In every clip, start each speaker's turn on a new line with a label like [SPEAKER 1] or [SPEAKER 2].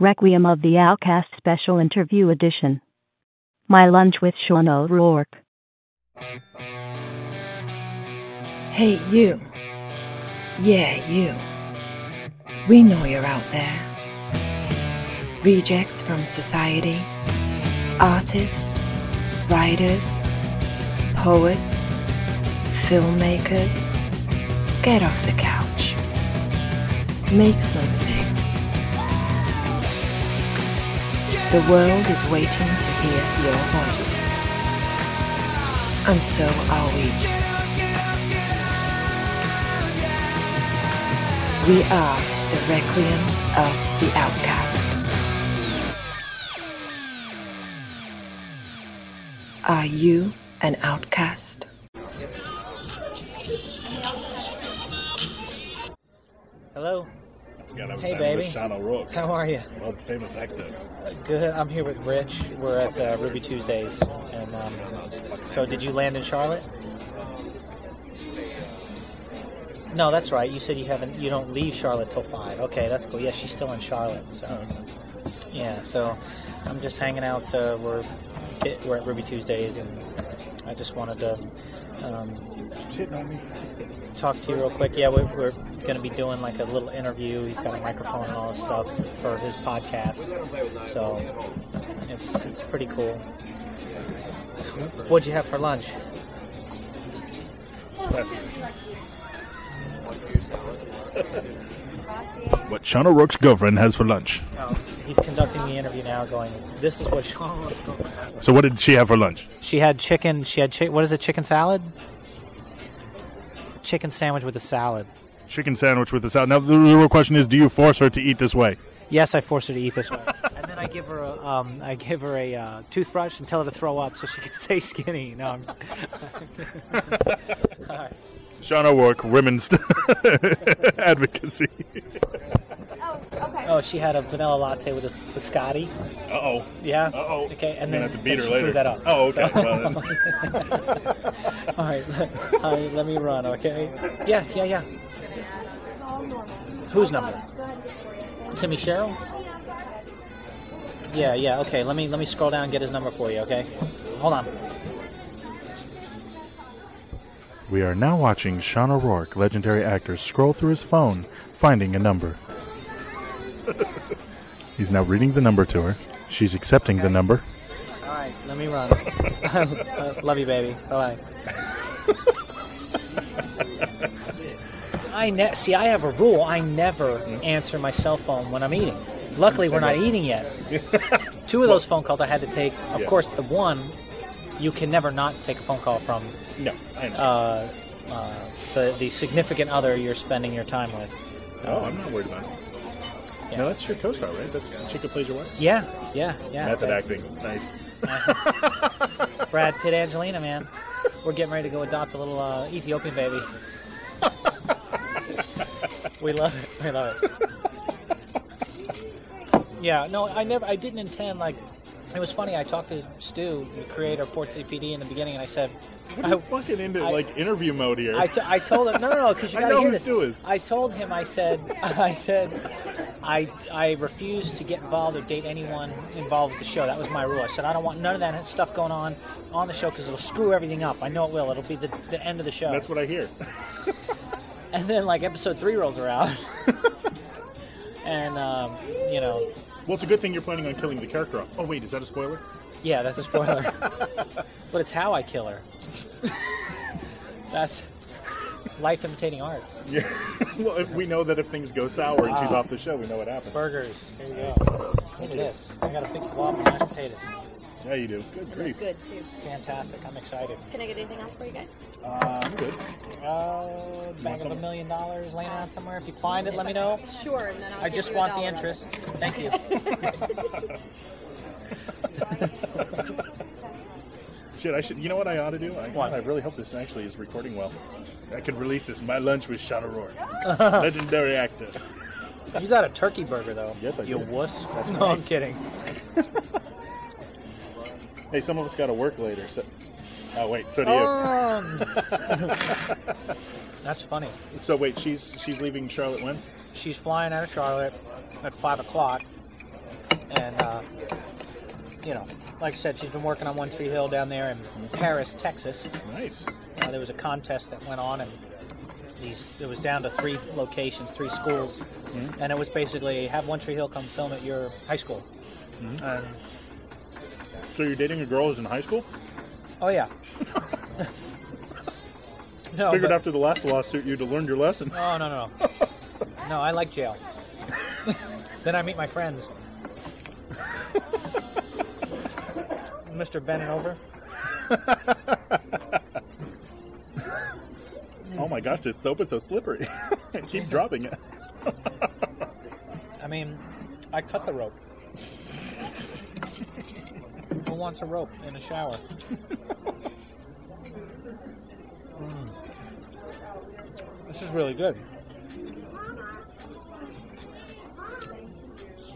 [SPEAKER 1] Requiem of the Outcast Special Interview Edition. My Lunch with Sean O'Rourke.
[SPEAKER 2] Hey, you. Yeah, you. We know you're out there. Rejects from society, artists, writers, poets, filmmakers. Get off the couch. Make something. The world is waiting to hear your voice. And so are we. We are the Requiem of the Outcast. Are you an outcast?
[SPEAKER 3] Hello.
[SPEAKER 4] God,
[SPEAKER 3] hey,
[SPEAKER 4] I'm
[SPEAKER 3] baby.
[SPEAKER 4] with Sean O'Rourke.
[SPEAKER 3] How are you?
[SPEAKER 4] Well, famous actor.
[SPEAKER 3] Good. I'm here with Rich. We're at uh, Ruby Tuesdays, and um, so did you land in Charlotte? No, that's right. You said you haven't. You don't leave Charlotte till five. Okay, that's cool. Yeah, she's still in Charlotte. So, yeah. So, I'm just hanging out. Uh, we're get, we're at Ruby Tuesdays, and I just wanted to um,
[SPEAKER 4] Shit on me.
[SPEAKER 3] talk to you real quick. Yeah, we, we're going to be doing like a little interview. He's got a microphone and all this stuff for his podcast. So it's it's pretty cool. What'd you have for lunch?
[SPEAKER 4] What Sean O'Rourke's girlfriend has for lunch.
[SPEAKER 3] He's conducting the interview now, going, "This is what she,
[SPEAKER 4] So, what did she have for lunch?
[SPEAKER 3] she had chicken. She had chi- what is it? Chicken salad? Chicken sandwich with a salad."
[SPEAKER 4] Chicken sandwich with the salad. Now, the real question is, do you force her to eat this way?
[SPEAKER 3] Yes, I force her to eat this way, and then I give her a, um, I give her a uh, toothbrush and tell her to throw up so she can stay skinny. No, I'm,
[SPEAKER 4] Sean O'Rourke, women's advocacy.
[SPEAKER 3] oh, she had a vanilla latte with a biscotti.
[SPEAKER 4] Uh oh.
[SPEAKER 3] Yeah.
[SPEAKER 4] Uh-oh.
[SPEAKER 3] Okay,
[SPEAKER 4] I'm
[SPEAKER 3] and
[SPEAKER 4] gonna
[SPEAKER 3] then
[SPEAKER 4] have to beat
[SPEAKER 3] then
[SPEAKER 4] her
[SPEAKER 3] she
[SPEAKER 4] later.
[SPEAKER 3] Threw that up.
[SPEAKER 4] Oh, okay.
[SPEAKER 3] So-
[SPEAKER 4] Well, then.
[SPEAKER 3] all right, let, all right, let me run. Okay. Yeah, yeah, yeah. Whose number? Timmy Cheryl. Yeah, yeah. Okay, let me let me scroll down and get his number for you. Okay, hold on.
[SPEAKER 4] We are now watching Sean O'Rourke, legendary actor, scroll through his phone, finding a number. He's now reading the number to her. She's accepting the number.
[SPEAKER 3] All right, let me run. Uh, Love you, baby. Bye bye. I ne- see. I have a rule. I never answer my cell phone when I'm eating. Luckily, we're not eating yet. Two of those phone calls I had to take. Of
[SPEAKER 4] Yeah.
[SPEAKER 3] course, the one you can never not take a phone call from
[SPEAKER 4] No, I understand.
[SPEAKER 3] uh, uh, the the significant other you're spending your time with.
[SPEAKER 4] Oh, I'm not worried about it.
[SPEAKER 3] Yeah.
[SPEAKER 4] No, that's your co-star, right? That's the chick who plays your wife.
[SPEAKER 3] Yeah, yeah, yeah.
[SPEAKER 4] Method
[SPEAKER 3] But
[SPEAKER 4] acting, nice.
[SPEAKER 3] Brad Pitt, Angelina, man, we're getting ready to go adopt a little uh, Ethiopian baby. We love it. We love it. yeah, no, I never, I didn't intend, like, it was funny. I talked to Stu, the creator of Port City PD, in the beginning, and I said,
[SPEAKER 4] What are you fucking into
[SPEAKER 3] I-
[SPEAKER 4] like interview mode here?
[SPEAKER 3] I, t- I told him, no, no, no, because you
[SPEAKER 4] I
[SPEAKER 3] got to
[SPEAKER 4] know
[SPEAKER 3] hear
[SPEAKER 4] who
[SPEAKER 3] this.
[SPEAKER 4] Stu is.
[SPEAKER 3] I told him, I said, I said, I, I refuse to get involved or date anyone involved with the show. That was my rule. I said, I don't want none of that stuff going on on the show because it'll screw everything up. I know it will. It'll be the, the end of the show.
[SPEAKER 4] That's what I hear.
[SPEAKER 3] And then like episode three rolls around, and um, you know,
[SPEAKER 4] Well, it's a good thing you're planning on killing the character off. Oh wait, is that a spoiler?
[SPEAKER 3] yeah, that's a spoiler. but it's how I kill her. that's life imitating art.
[SPEAKER 4] Yeah. well, if we know that if things go sour and she's off the show, we know what happens.
[SPEAKER 3] Burgers. Here you go. Look at this. I got a big blob of mashed potatoes.
[SPEAKER 4] Yeah, you do. Good grief.
[SPEAKER 5] Good too.
[SPEAKER 3] Fantastic. I'm excited.
[SPEAKER 5] Can I get anything else for you guys?
[SPEAKER 3] Uh,
[SPEAKER 4] I'm good.
[SPEAKER 3] uh, bag of a million dollars laying around somewhere. If you find it, let me know.
[SPEAKER 5] Sure, and then I'll
[SPEAKER 3] I
[SPEAKER 5] give
[SPEAKER 3] just
[SPEAKER 5] you a
[SPEAKER 3] want the
[SPEAKER 5] dollar of it.
[SPEAKER 3] interest. Thank you.
[SPEAKER 4] Shit, I should. You know what I ought to do? I,
[SPEAKER 3] What?
[SPEAKER 4] I really hope this actually is recording well. I could release this. My lunch with Sean O'Rourke, legendary actor.
[SPEAKER 3] You got a turkey burger though.
[SPEAKER 4] Yes, I
[SPEAKER 3] You
[SPEAKER 4] did.
[SPEAKER 3] wuss. no, I'm kidding.
[SPEAKER 4] Hey, some of us got to work later. So, oh wait, so do
[SPEAKER 3] Um, that's funny.
[SPEAKER 4] you. So wait, she's she's leaving Charlotte when?
[SPEAKER 3] She's flying out of Charlotte at five o'clock, and uh, you know, like I said, she's been working on One Tree Hill down there in Paris, Texas.
[SPEAKER 4] Nice.
[SPEAKER 3] Uh, there was a contest that went on, and these it was down to three locations, three schools, and it was basically have One Tree Hill come film at your high school. And,
[SPEAKER 4] So you're dating a girl who's in high school?
[SPEAKER 3] oh yeah. no,
[SPEAKER 4] Figured
[SPEAKER 3] but-
[SPEAKER 4] after the last lawsuit you'd have learned your lesson.
[SPEAKER 3] Oh no no no. No, I like jail. then I meet my friends. Mr. Bending over.
[SPEAKER 4] Oh my gosh, this soap is so slippery. I keep dropping it.
[SPEAKER 3] I mean, I cut the rope. Who wants a rope in a shower? Mm. This is really good.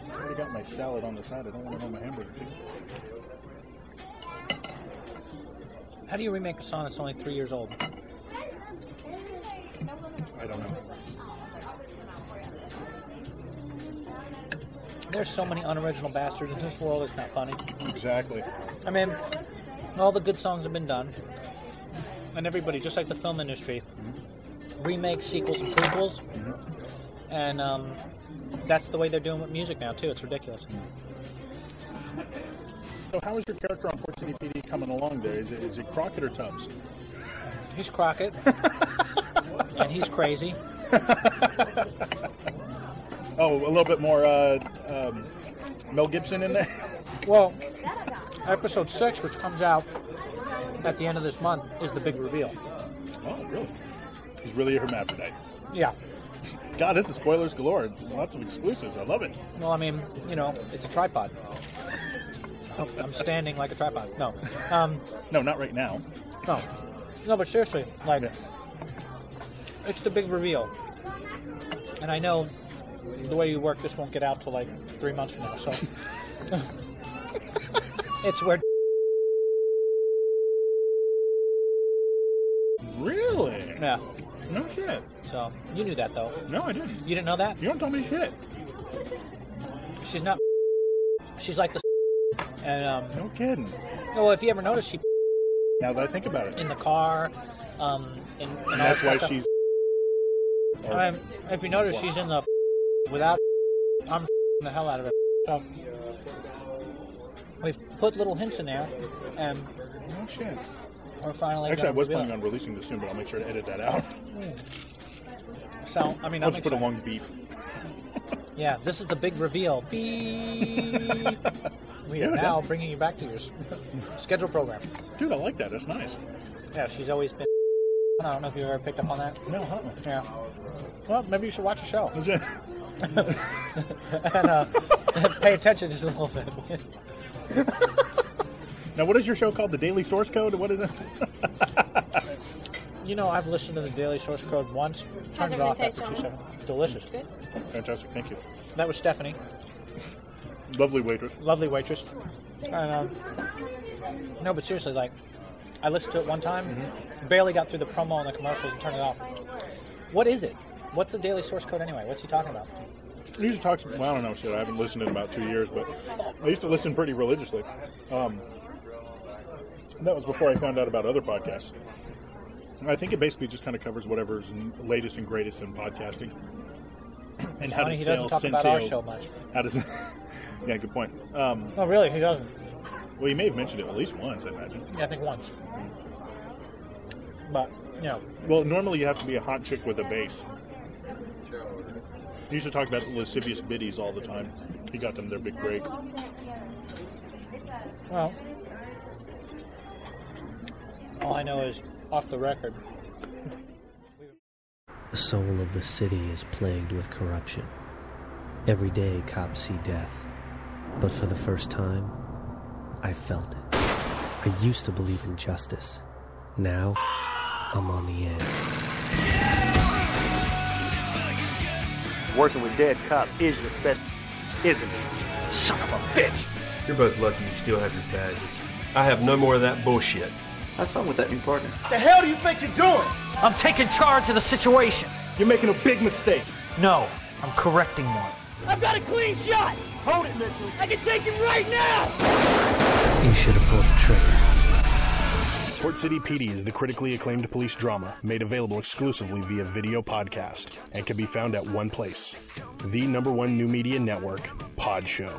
[SPEAKER 4] I already got my salad on the side. I don't want it on my hamburger. too.
[SPEAKER 3] How do you remake a song that's only three years old?
[SPEAKER 4] I don't know.
[SPEAKER 3] There's so many unoriginal bastards in this world, it's not funny.
[SPEAKER 4] Exactly.
[SPEAKER 3] I mean, all the good songs have been done, and everybody, just like the film industry, remakes, sequels, and prequels, and um, that's the way they're doing with music now too. It's ridiculous.
[SPEAKER 4] So how is your character on Port City PD coming along there? Is it, is it Crockett or Tubbs?
[SPEAKER 3] He's Crockett, and he's crazy.
[SPEAKER 4] Oh, a little bit more uh, um, Mel Gibson in there?
[SPEAKER 3] Well, episode six, which comes out at the end of this month, is the big reveal.
[SPEAKER 4] Oh, really? He's really a hermaphrodite.
[SPEAKER 3] Yeah.
[SPEAKER 4] God, this is spoilers galore. Lots of exclusives. I love it.
[SPEAKER 3] Well, I mean, you know, it's a tripod. Oh, I'm standing like a tripod. No. Um,
[SPEAKER 4] No, not right now.
[SPEAKER 3] No, no, but seriously, like
[SPEAKER 4] Yeah.
[SPEAKER 3] it's the big reveal, and I know the way you work, this won't get out till like three months from now. So it's where
[SPEAKER 4] Really?
[SPEAKER 3] yeah.
[SPEAKER 4] No shit.
[SPEAKER 3] So you knew that though.
[SPEAKER 4] No, I didn't.
[SPEAKER 3] You didn't know that?
[SPEAKER 4] You don't tell me shit.
[SPEAKER 3] She's not. She's like the. And um,
[SPEAKER 4] No kidding.
[SPEAKER 3] well, if you ever notice, she
[SPEAKER 4] Now that I think about it.
[SPEAKER 3] in the car. Um, in, in all
[SPEAKER 4] And that's
[SPEAKER 3] this
[SPEAKER 4] why
[SPEAKER 3] stuff.
[SPEAKER 4] she's. or-
[SPEAKER 3] Um, if you notice, she's in the without. I'm the hell out of it. So we've put little hints in there, and
[SPEAKER 4] Oh, no shit.
[SPEAKER 3] we're finally.
[SPEAKER 4] Actually, I
[SPEAKER 3] gonna
[SPEAKER 4] was
[SPEAKER 3] reveal
[SPEAKER 4] planning on releasing this soon, but I'll make sure to edit that out.
[SPEAKER 3] it. So I mean,
[SPEAKER 4] I'll
[SPEAKER 3] I'm
[SPEAKER 4] just put a
[SPEAKER 3] excited.
[SPEAKER 4] long beep.
[SPEAKER 3] Yeah, this is the big reveal. Beep. we are
[SPEAKER 4] Yeah,
[SPEAKER 3] now bringing you back to your s- schedule program.
[SPEAKER 4] Dude, I like that. That's nice.
[SPEAKER 3] Yeah, she's always been. I don't know if you ever picked up on that.
[SPEAKER 4] No, huh?
[SPEAKER 3] Yeah. Well, maybe you should watch the show
[SPEAKER 4] Is it?
[SPEAKER 3] and uh, pay attention just a little bit.
[SPEAKER 4] Now, what is your show called? The Daily Source Code? What is it?
[SPEAKER 3] You know, I've listened to the Daily Source Code once,
[SPEAKER 5] How's
[SPEAKER 3] turned it
[SPEAKER 5] it
[SPEAKER 3] off
[SPEAKER 5] gonna
[SPEAKER 3] after
[SPEAKER 5] taste,
[SPEAKER 3] two
[SPEAKER 5] Sean?
[SPEAKER 3] seconds. Delicious.
[SPEAKER 4] Fantastic. Thank you.
[SPEAKER 3] That was Stephanie,
[SPEAKER 4] Lovely waitress.
[SPEAKER 3] lovely waitress. And, um, no, but seriously, like, I listened to it one time, barely got through the promo and the commercials and turned it off. What is it? What's the Daily Source Code anyway? What's he talking about?
[SPEAKER 4] He used to talk. Well, I don't know shit. I haven't listened in about two years, but I used to listen pretty religiously. Um, that was before I found out about other podcasts. I think it basically just kind of covers whatever's n- latest and greatest in podcasting. And
[SPEAKER 3] It's funny, he doesn't talk about our show much.
[SPEAKER 4] How does? yeah, good point. Um,
[SPEAKER 3] No, really, he doesn't.
[SPEAKER 4] well, you may have mentioned it at least once, I imagine.
[SPEAKER 3] Yeah, I think once. But, you know,
[SPEAKER 4] Well, normally you have to be a hot chick with a bass. He used to talk about lascivious biddies all the time. He got them their big break.
[SPEAKER 3] well, all I know is off the record.
[SPEAKER 6] The soul of the city is plagued with corruption. Every day, cops see death. But for the first time, I felt it. I used to believe in justice. Now, I'm on the edge.
[SPEAKER 7] Working with dead cops is your special, isn't it? Son of a bitch!
[SPEAKER 8] You're both lucky you still have your badges. I have no more of that bullshit.
[SPEAKER 9] Have fun with that new partner.
[SPEAKER 7] The hell do you think you're doing?
[SPEAKER 10] I'm taking charge of the situation.
[SPEAKER 7] You're making a big mistake.
[SPEAKER 10] No, I'm correcting one.
[SPEAKER 7] I've got a clean shot! Hold it, Mitchell. I can take him right now!
[SPEAKER 6] You should have pulled the trigger.
[SPEAKER 9] Port City PD is the critically acclaimed police drama made available exclusively via video podcast and can be found at one place the number one new media network, Pod Show.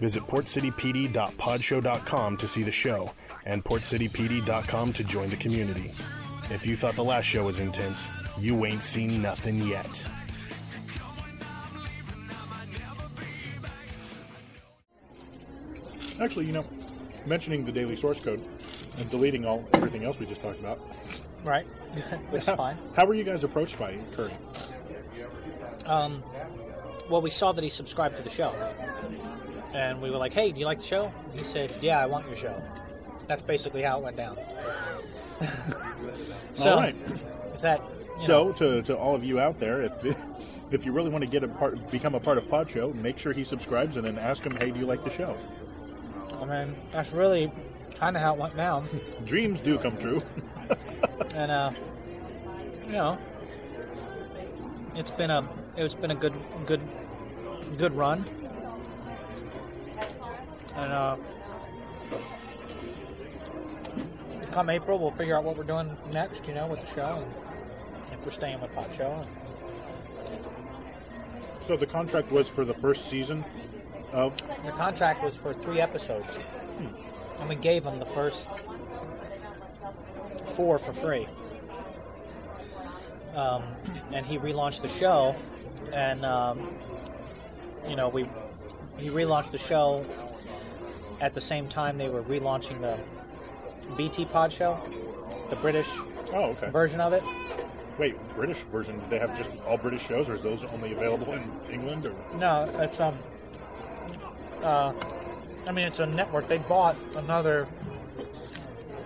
[SPEAKER 9] Visit portcitypd.podshow.com to see the show and portcitypd.com to join the community. If you thought the last show was intense, you ain't seen nothing yet.
[SPEAKER 4] Actually, you know, mentioning the daily source code and deleting all everything else we just talked about.
[SPEAKER 3] right? Which is fine.
[SPEAKER 4] How were you guys approached by Kurt?
[SPEAKER 3] Well, we saw that he subscribed to the show, and we were like, "Hey, do you like the show?" He said, "Yeah, I want your show." That's basically how it went down. so,
[SPEAKER 4] all right.
[SPEAKER 3] if that you
[SPEAKER 4] So, to, to all of you out there, if if you really want to get a part, become a part of Pod Show, make sure he subscribes and then ask him, "Hey, do you like the show?"
[SPEAKER 3] know, I mean, that's really kind of how it went down.
[SPEAKER 4] Dreams do come true.
[SPEAKER 3] and uh, you know, it's been a it's been a good good good run, and uh, come April we'll figure out what we're doing next. You know, with the show, and if we're staying with Pot Show, and
[SPEAKER 4] so the contract was for the first season of
[SPEAKER 3] the contract was for three episodes, and we gave them the first four for free. Um, and he relaunched the show, and um, you know we he relaunched the show at the same time they were relaunching the BT Pod show, the British
[SPEAKER 4] oh, okay.
[SPEAKER 3] version of it.
[SPEAKER 4] Wait, British version? Do they have just all British shows, or is those only available in England? Or
[SPEAKER 3] No, it's um, uh, I mean it's a network. They bought another,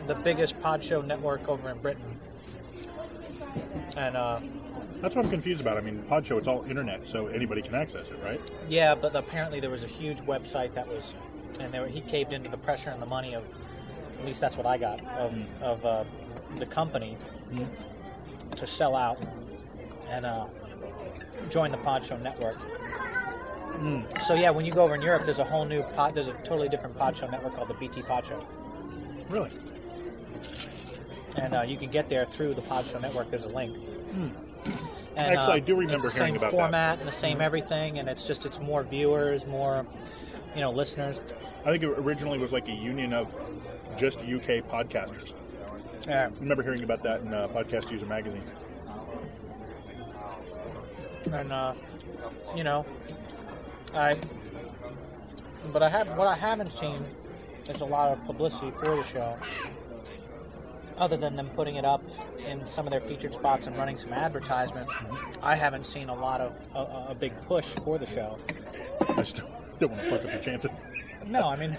[SPEAKER 3] the biggest pod show network over in Britain, and uh,
[SPEAKER 4] that's what I'm confused about. I mean, Pod Show, it's all internet, so anybody can access it, right?
[SPEAKER 3] yeah, but apparently there was a huge website that was, and they were, he caved into the pressure and the money of, at least that's what I got of of uh, the company to sell out and uh, join the pod show network. So yeah, when you go over in Europe, there's a whole new pod. There's a totally different pod show network called the BT Pod Show,
[SPEAKER 4] Really?
[SPEAKER 3] and uh, you can get there through the Pod Show network. There's a link. And,
[SPEAKER 4] Hmm.
[SPEAKER 3] uh,
[SPEAKER 4] Actually, I do remember
[SPEAKER 3] it's the
[SPEAKER 4] hearing
[SPEAKER 3] same
[SPEAKER 4] about that. Hmm.
[SPEAKER 3] format and the same everything, and it's just it's more viewers, more you know listeners,
[SPEAKER 4] I think it originally was like a union of just UK podcasters.
[SPEAKER 3] Yeah.
[SPEAKER 4] I remember hearing about that in uh, Podcast User Magazine.
[SPEAKER 3] and uh, you know, I. But I have what I haven't seen is a lot of publicity for the show, other than them putting it up in some of their featured spots and running some advertisement.
[SPEAKER 4] Mm-hmm.
[SPEAKER 3] I haven't seen a lot of a, a big push for the show.
[SPEAKER 4] I just don't, don't want to fuck up your chances.
[SPEAKER 3] No, I mean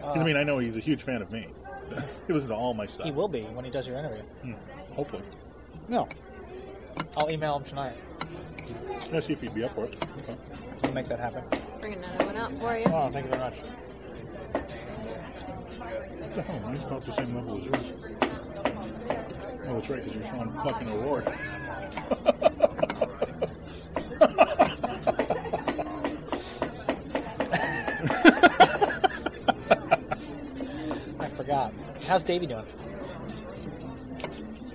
[SPEAKER 4] 'Cause, I mean, I know he's a huge fan of me. he listens to all my stuff. Hmm.
[SPEAKER 3] he will be when he does your interview.
[SPEAKER 4] Hopefully.
[SPEAKER 3] No, I'll email him tonight.
[SPEAKER 4] Let's see if he'd be up for it. Okay.
[SPEAKER 3] We'll make that happen.
[SPEAKER 5] Bringing another one up for you.
[SPEAKER 3] Oh, thank you very much.
[SPEAKER 4] What the hell? Mine's about the same level as yours. Oh, that's right, because you're Sean fucking O'Rourke.
[SPEAKER 3] I forgot. How's Davey doing?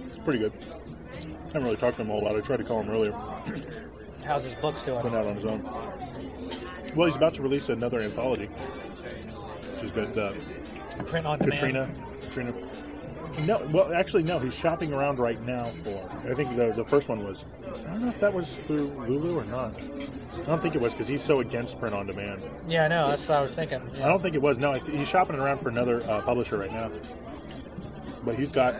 [SPEAKER 4] It's pretty good. I haven't really talked to him a whole lot. I tried to call him earlier.
[SPEAKER 3] How's his books
[SPEAKER 4] went
[SPEAKER 3] doing?
[SPEAKER 4] out on his own. Well, he's about to release another anthology, which is good. Uh,
[SPEAKER 3] Print on demand.
[SPEAKER 4] Katrina, Katrina. No, well, actually, no. He's shopping around right now for. I think the the first one was. I don't know if that was through Lulu or not. I don't think it was because he's so against print on demand.
[SPEAKER 3] Yeah, I know. That's what I was thinking.
[SPEAKER 4] I don't think it was. No, I th- he's shopping around for another uh, publisher right now. But he's got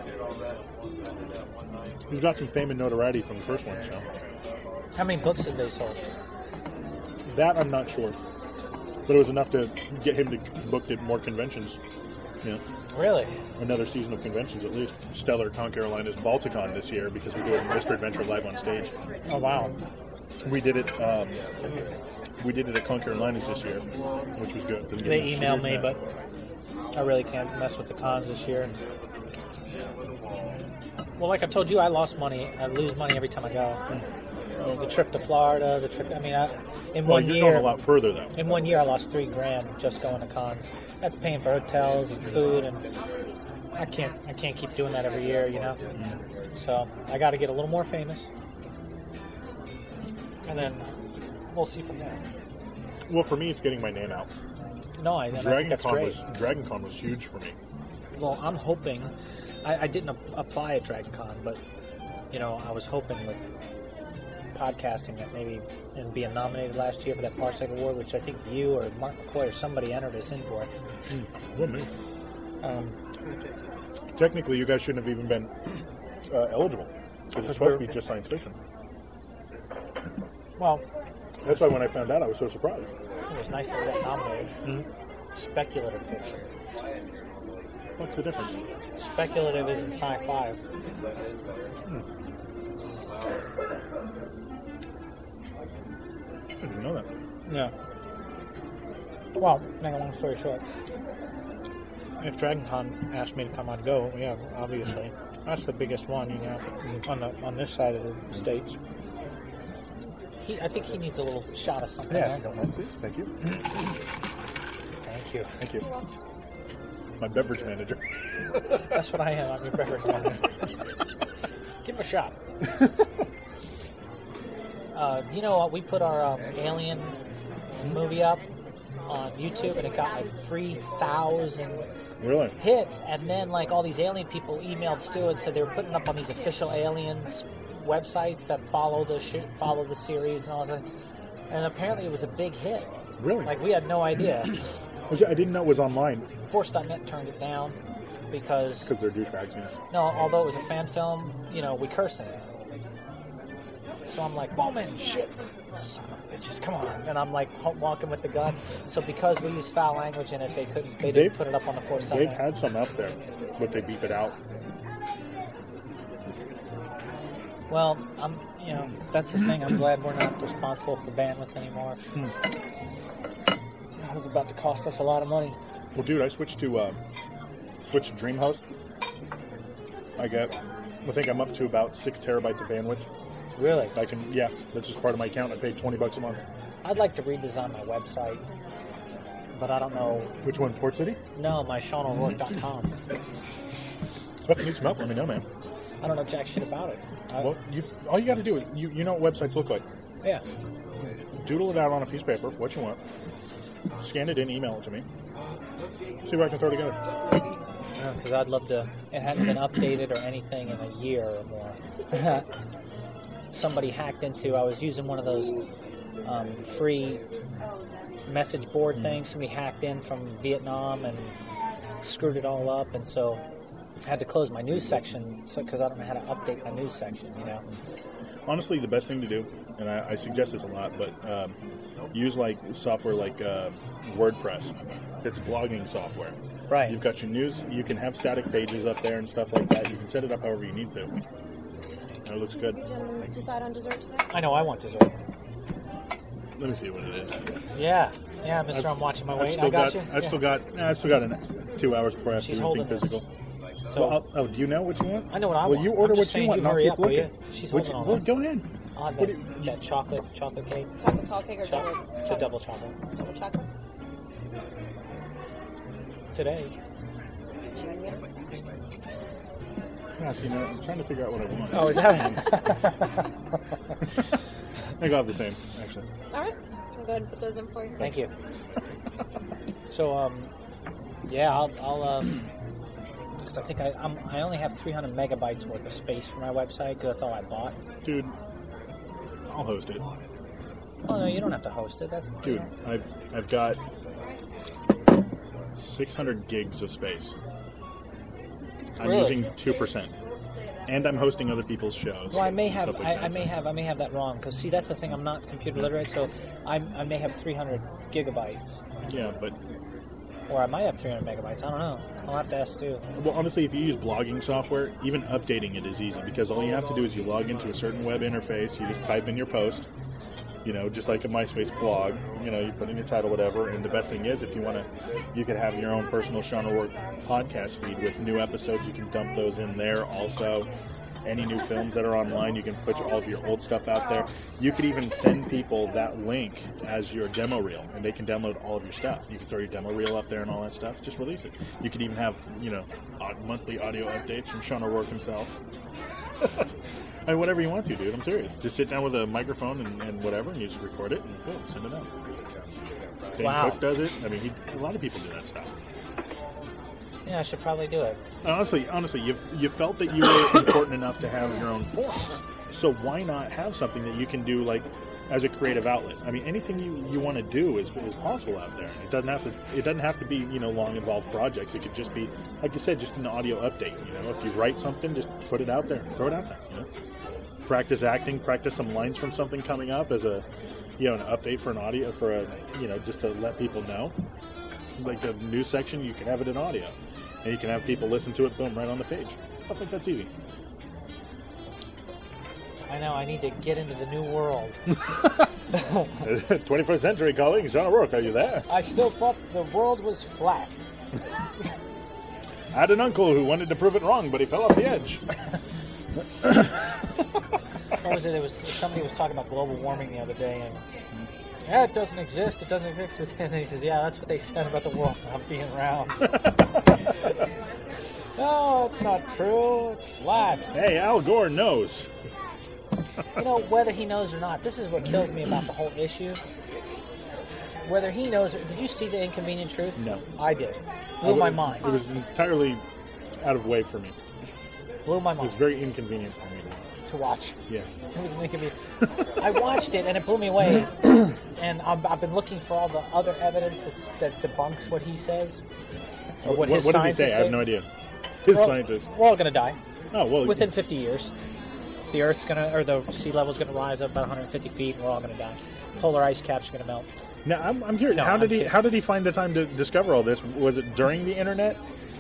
[SPEAKER 4] he's got some fame and notoriety from the first one. So Oh.
[SPEAKER 3] How many books did they sold?
[SPEAKER 4] that I'm not sure, but it was enough to get him to book at more conventions. You know.
[SPEAKER 3] Really?
[SPEAKER 4] another season of conventions at least. Stellar Con Carolina's Balticon this year because we do a Mr. Adventure live on stage.
[SPEAKER 3] Oh wow.
[SPEAKER 4] We did it. Um, we did it at Con Carolina's this year, which was good. Didn't get
[SPEAKER 3] They
[SPEAKER 4] much
[SPEAKER 3] emailed me,
[SPEAKER 4] shit.
[SPEAKER 3] but I really can't mess with the cons this year.
[SPEAKER 4] Hmm.
[SPEAKER 3] Well, like I told you, I lost money. I lose money every time I go. uh, the trip to Florida, the trip. I mean, I, in
[SPEAKER 4] Well,
[SPEAKER 3] one
[SPEAKER 4] you're
[SPEAKER 3] year,
[SPEAKER 4] going a lot further though.
[SPEAKER 3] in one year, I lost three grand just going to cons. That's paying for hotels and food, and I can't, I can't keep doing that every year, you know. So I got to get a little more famous, and then we'll see from there.
[SPEAKER 4] Well, for me, it's getting my name out.
[SPEAKER 3] No, I, and I think
[SPEAKER 4] Dragon
[SPEAKER 3] that's
[SPEAKER 4] Con
[SPEAKER 3] great.
[SPEAKER 4] was Dragon Con was huge for me.
[SPEAKER 3] Well, I'm hoping. I, I didn't ap- apply at Dragon Con, but you know, I was hoping with podcasting that maybe and being nominated last year for that Parsec Award, which I think you or Mark McCoy or somebody entered us in for.
[SPEAKER 4] Well, me.
[SPEAKER 3] Um,
[SPEAKER 4] Technically, you guys shouldn't have even been uh, eligible because it's supposed to be just science fiction.
[SPEAKER 3] well,
[SPEAKER 4] That's why when I found out, I was so surprised.
[SPEAKER 3] it was nice that we got nominated. Speculative picture.
[SPEAKER 4] What's the difference?
[SPEAKER 3] Speculative isn't sci-fi.
[SPEAKER 4] I didn't know that.
[SPEAKER 3] Yeah. Well, make a long story short, if Dragon Con asked me to come on go, yeah, obviously. That's the biggest one, you know, on the on this side of the states. He, I think he needs a little shot of something.
[SPEAKER 4] Yeah,
[SPEAKER 3] huh?
[SPEAKER 4] if you don't mind, please. Thank you.
[SPEAKER 3] Thank you.
[SPEAKER 4] Thank you. My beverage manager.
[SPEAKER 3] That's what I am. I'm your beverage manager. Give him a shot. uh, you know what? We put our um, Alien movie up on YouTube, and it got like three thousand
[SPEAKER 4] Really?
[SPEAKER 3] hits, and then like all these alien people emailed Stu and said they were putting up on these official aliens websites that follow the sh- follow the series and all that. And apparently, it was a big hit.
[SPEAKER 4] Really?
[SPEAKER 3] Like we had no idea.
[SPEAKER 4] Which I didn't know was online
[SPEAKER 3] Force.net turned it down because
[SPEAKER 4] because they're douchebags. Yeah.
[SPEAKER 3] no, although it was a fan film, you know, we curse in it. So I'm like, woman, shit, son of a bitches, come on! And I'm like ho- walking with the gun. So because we used foul language in it, they couldn't. They didn't
[SPEAKER 4] They've-
[SPEAKER 3] put it up on the Force.net.
[SPEAKER 4] They've had some up there, but they beep it out.
[SPEAKER 3] Well, I'm, you know, that's the thing. I'm glad we're not responsible for bandwidth anymore.
[SPEAKER 4] Hmm.
[SPEAKER 3] That was about to cost us a lot of money.
[SPEAKER 4] Well, dude, I switched to uh, switched to DreamHost. I got, I think I'm up to about six terabytes of bandwidth.
[SPEAKER 3] Really?
[SPEAKER 4] I can, yeah, that's just part of my account. I pay twenty bucks a month.
[SPEAKER 3] I'd like to redesign my website, but I don't know.
[SPEAKER 4] Which one, Port City?
[SPEAKER 3] No, my SeanO'Rourke.com.
[SPEAKER 4] If you need some help, let me know, man.
[SPEAKER 3] I don't know jack shit about it. I,
[SPEAKER 4] Well, you all you got to do is you, you know what websites look like.
[SPEAKER 3] yeah.
[SPEAKER 4] Doodle it out on a piece of paper, what you want. Scan it in, email it to me. See what I can throw together.
[SPEAKER 3] Because I'd love to. It hadn't been updated or anything in a year or more. Somebody hacked into. I was using one of those um, free message board things. Somebody hacked in from Vietnam and screwed it all up, and so I had to close my news section because I don't know how to update my news section. You know,
[SPEAKER 4] Honestly, the best thing to do, and I, I suggest this a lot, but um, use like software like uh, WordPress. That's blogging software.
[SPEAKER 3] right?
[SPEAKER 4] You've got your news. You can have static pages up there and stuff like that. You can set it up however you need to. And it looks good.
[SPEAKER 5] Did you decide on dessert today?
[SPEAKER 3] I know I want dessert.
[SPEAKER 4] Let me see what it is.
[SPEAKER 3] Yeah, yeah, Mister. I'm watching my weight. I got, you.
[SPEAKER 4] I've
[SPEAKER 3] Yeah.
[SPEAKER 4] still got. nah, I've still got an, two hours before I have
[SPEAKER 3] She's
[SPEAKER 4] to do
[SPEAKER 3] holding
[SPEAKER 4] anything
[SPEAKER 3] this.
[SPEAKER 4] physical.
[SPEAKER 3] so.
[SPEAKER 4] well, I'll- oh, do you know what you want?
[SPEAKER 3] I know what I
[SPEAKER 4] well,
[SPEAKER 3] want.
[SPEAKER 4] you
[SPEAKER 3] I'm
[SPEAKER 4] order
[SPEAKER 3] just
[SPEAKER 4] what you
[SPEAKER 3] saying you
[SPEAKER 4] want. and I'll
[SPEAKER 3] hurry
[SPEAKER 4] keep
[SPEAKER 3] up, will
[SPEAKER 4] looking.
[SPEAKER 3] you? She's
[SPEAKER 4] Would
[SPEAKER 3] holding
[SPEAKER 4] you-
[SPEAKER 3] on
[SPEAKER 4] well,
[SPEAKER 3] that.
[SPEAKER 4] go ahead.
[SPEAKER 3] I'll have
[SPEAKER 4] What
[SPEAKER 3] that,
[SPEAKER 4] do
[SPEAKER 3] that chocolate, chocolate cake,
[SPEAKER 5] Chocolate salt cake or
[SPEAKER 3] chocolate,
[SPEAKER 5] double,
[SPEAKER 3] the double chocolate.
[SPEAKER 5] double chocolate?
[SPEAKER 3] Today,
[SPEAKER 4] Yeah, see, now I'm trying to figure out what I want.
[SPEAKER 3] Oh, is that?
[SPEAKER 4] I think I'll have the same, actually.
[SPEAKER 5] All right. So go ahead and put those in for you.
[SPEAKER 3] Thank you. So, um, yeah, I'll, I'll um, because I think I, I'm, I only have 300 megabytes worth of space for my website because that's all I bought.
[SPEAKER 4] Dude, I'll host it.
[SPEAKER 3] Oh no, you don't have to host it. That's
[SPEAKER 4] Dude, I've, I've got 600 gigs of space. I'm
[SPEAKER 3] Really?
[SPEAKER 4] using 2%. And I'm hosting other people's shows.
[SPEAKER 3] Well, I may
[SPEAKER 4] and
[SPEAKER 3] have,
[SPEAKER 4] stuff like
[SPEAKER 3] I,
[SPEAKER 4] that,
[SPEAKER 3] I may
[SPEAKER 4] so-
[SPEAKER 3] have, I may have that wrong because see, that's the thing. I'm not computer literate, so I, I may have 300 gigabytes,
[SPEAKER 4] Yeah, but
[SPEAKER 3] or I might have 300 megabytes. I don't know. I'll have to ask Stu.
[SPEAKER 4] Well, honestly, if you use blogging software, even updating it is easy because all you have to do is you log into a certain web interface, you just type in your post, you know, just like a MySpace blog, you know, you put in your title, whatever. And the best thing is, if you want to, you could have your own personal Sean O'Rourke podcast feed with new episodes. You can dump those in there also. any new films that are online. You can put all of your old stuff out there. You could even send people that link as your demo reel, and they can download all of your stuff. You can throw your demo reel up there and all that stuff. Just release it. You could even have you know odd monthly audio updates from Sean O'Rourke himself. I mean, whatever you want to, dude. I'm serious. Just sit down with a microphone and, and whatever, and you just record it and boom, send it out. Dan
[SPEAKER 3] Wow.
[SPEAKER 4] Cook does it. I mean, he, a lot of people do that stuff.
[SPEAKER 3] Yeah, I should probably do it.
[SPEAKER 4] Honestly, honestly, you you felt that you were important enough to have your own forums. So why not have something that you can do like as a creative outlet? I mean, anything you, you want to do is, is possible out there. It doesn't have to it doesn't have to be you know long involved projects. It could just be like you said, just an audio update. You know, if you write something, just put it out there, throw it out there. You know? Practice acting, practice some lines from something coming up as a you know an update for an audio for a you know just to let people know like the news section, you can have it in audio, and you can have people listen to it, boom, right on the page. Stuff like that's easy.
[SPEAKER 3] I know I need to get into the new world.
[SPEAKER 4] 21st century calling, Sean O'Rourke, are you there?
[SPEAKER 3] I still thought the world was flat.
[SPEAKER 4] I had an uncle who wanted to prove it wrong, but he fell off the edge.
[SPEAKER 3] What was it? It was somebody was talking about global warming the other day, and yeah, it doesn't exist. It doesn't exist. And he says, yeah, that's what they said about the world not being round. no, it's not true. It's flat.
[SPEAKER 4] hey, Al Gore knows.
[SPEAKER 3] you know, whether he knows or not, this is what kills me about the whole issue. Whether he knows or did you see the inconvenient truth?
[SPEAKER 4] No.
[SPEAKER 3] I did. Blew Oh, my mind.
[SPEAKER 4] It was entirely out of way for me.
[SPEAKER 3] Blew my
[SPEAKER 4] It was
[SPEAKER 3] mind
[SPEAKER 4] very inconvenient for me.
[SPEAKER 3] to watch.
[SPEAKER 4] Yes.
[SPEAKER 3] It was an inconvenient. I watched it and it blew me away. and I've, I've been looking for all the other evidence that's, that debunks what he says. Or what, his
[SPEAKER 4] Uh, does he
[SPEAKER 3] scientists
[SPEAKER 4] say? I have no idea. His
[SPEAKER 3] We're all-
[SPEAKER 4] scientist.
[SPEAKER 3] We're all going to die
[SPEAKER 4] Oh, well.
[SPEAKER 3] within 50 years. The Earth's going to, or the sea level's going to rise up about 150 feet, and we're all going to die. Polar ice caps are going to melt.
[SPEAKER 4] Now I'm, I'm curious.
[SPEAKER 3] No,
[SPEAKER 4] how
[SPEAKER 3] I'm
[SPEAKER 4] did he?
[SPEAKER 3] kidding.
[SPEAKER 4] How did he find the time to discover all this? Was it during the internet?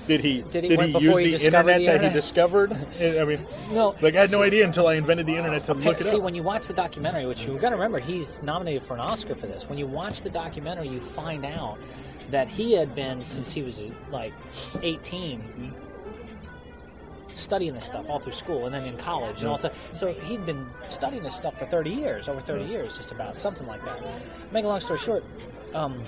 [SPEAKER 4] Did he?
[SPEAKER 3] Did he- when-
[SPEAKER 4] use
[SPEAKER 3] before he
[SPEAKER 4] the
[SPEAKER 3] discovered
[SPEAKER 4] internet
[SPEAKER 3] the
[SPEAKER 4] that he
[SPEAKER 3] internet?
[SPEAKER 4] discovered? I mean,
[SPEAKER 3] No.
[SPEAKER 4] like I had no idea until I invented the internet to look
[SPEAKER 3] Hey,
[SPEAKER 4] it
[SPEAKER 3] see,
[SPEAKER 4] up.
[SPEAKER 3] when you watch the documentary, which you got to remember, he's nominated for an Oscar for this. When you watch the documentary, you find out that he had been since he was like 18 studying this stuff all through school and then in college and all that. So he'd been studying this stuff for 30 years, over
[SPEAKER 4] Mm-hmm.
[SPEAKER 3] 30 years, just about something like that. Make a long story short, um,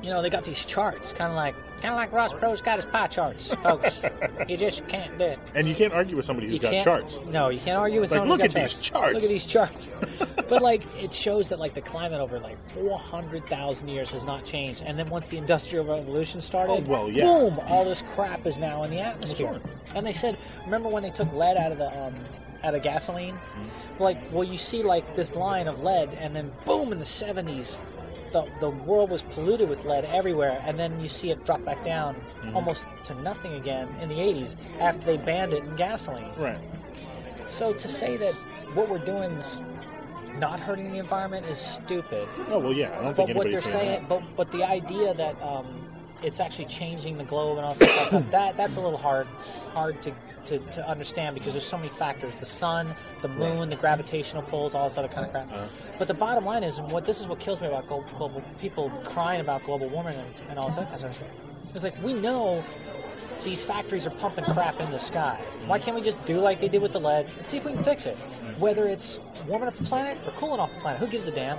[SPEAKER 3] you know, they got these charts, kind of like kind of like Ross Pro's got his pie charts, folks. you just can't do it
[SPEAKER 4] and you can't argue with somebody who's
[SPEAKER 3] you
[SPEAKER 4] got
[SPEAKER 3] can't,
[SPEAKER 4] charts.
[SPEAKER 3] No, you can't argue with
[SPEAKER 4] Like,
[SPEAKER 3] someone. who's
[SPEAKER 4] look at
[SPEAKER 3] got
[SPEAKER 4] these
[SPEAKER 3] Look at these charts. but like, it shows that like the climate over like four hundred thousand years has not changed. And then once the Industrial Revolution started,
[SPEAKER 4] Oh, well, yeah.
[SPEAKER 3] boom, all this crap is now in the atmosphere. And they said, remember when they took lead out of the um, out of gasoline?
[SPEAKER 4] Mm-hmm.
[SPEAKER 3] Like, well, you see like this line of lead, and then boom, in the seventies. The, the world was polluted with lead everywhere, and then you see it drop back down
[SPEAKER 4] Mm-hmm.
[SPEAKER 3] almost to nothing again in the 80s after they banned it in gasoline.
[SPEAKER 4] Right.
[SPEAKER 3] So to say that what we're doing's not hurting the environment is stupid.
[SPEAKER 4] Oh well, yeah. I don't think
[SPEAKER 3] But what
[SPEAKER 4] anybody's
[SPEAKER 3] they're saying,
[SPEAKER 4] saying.
[SPEAKER 3] but but the idea that um, it's actually changing the globe and all that stuff, that- that that's a little hard hard to, to, to understand because there's so many factors: the sun, the moon, the gravitational pulls, all this other kind of crap.
[SPEAKER 4] Uh-huh.
[SPEAKER 3] But the bottom line is, and what this is what kills me about global, global people crying about global warming and, and all this other kind of stuff. It's like we know these factories are pumping crap in the sky. Why can't we just do like they did with the lead and see if we can fix it? Whether it's warming up the planet or cooling off the planet, who gives a damn?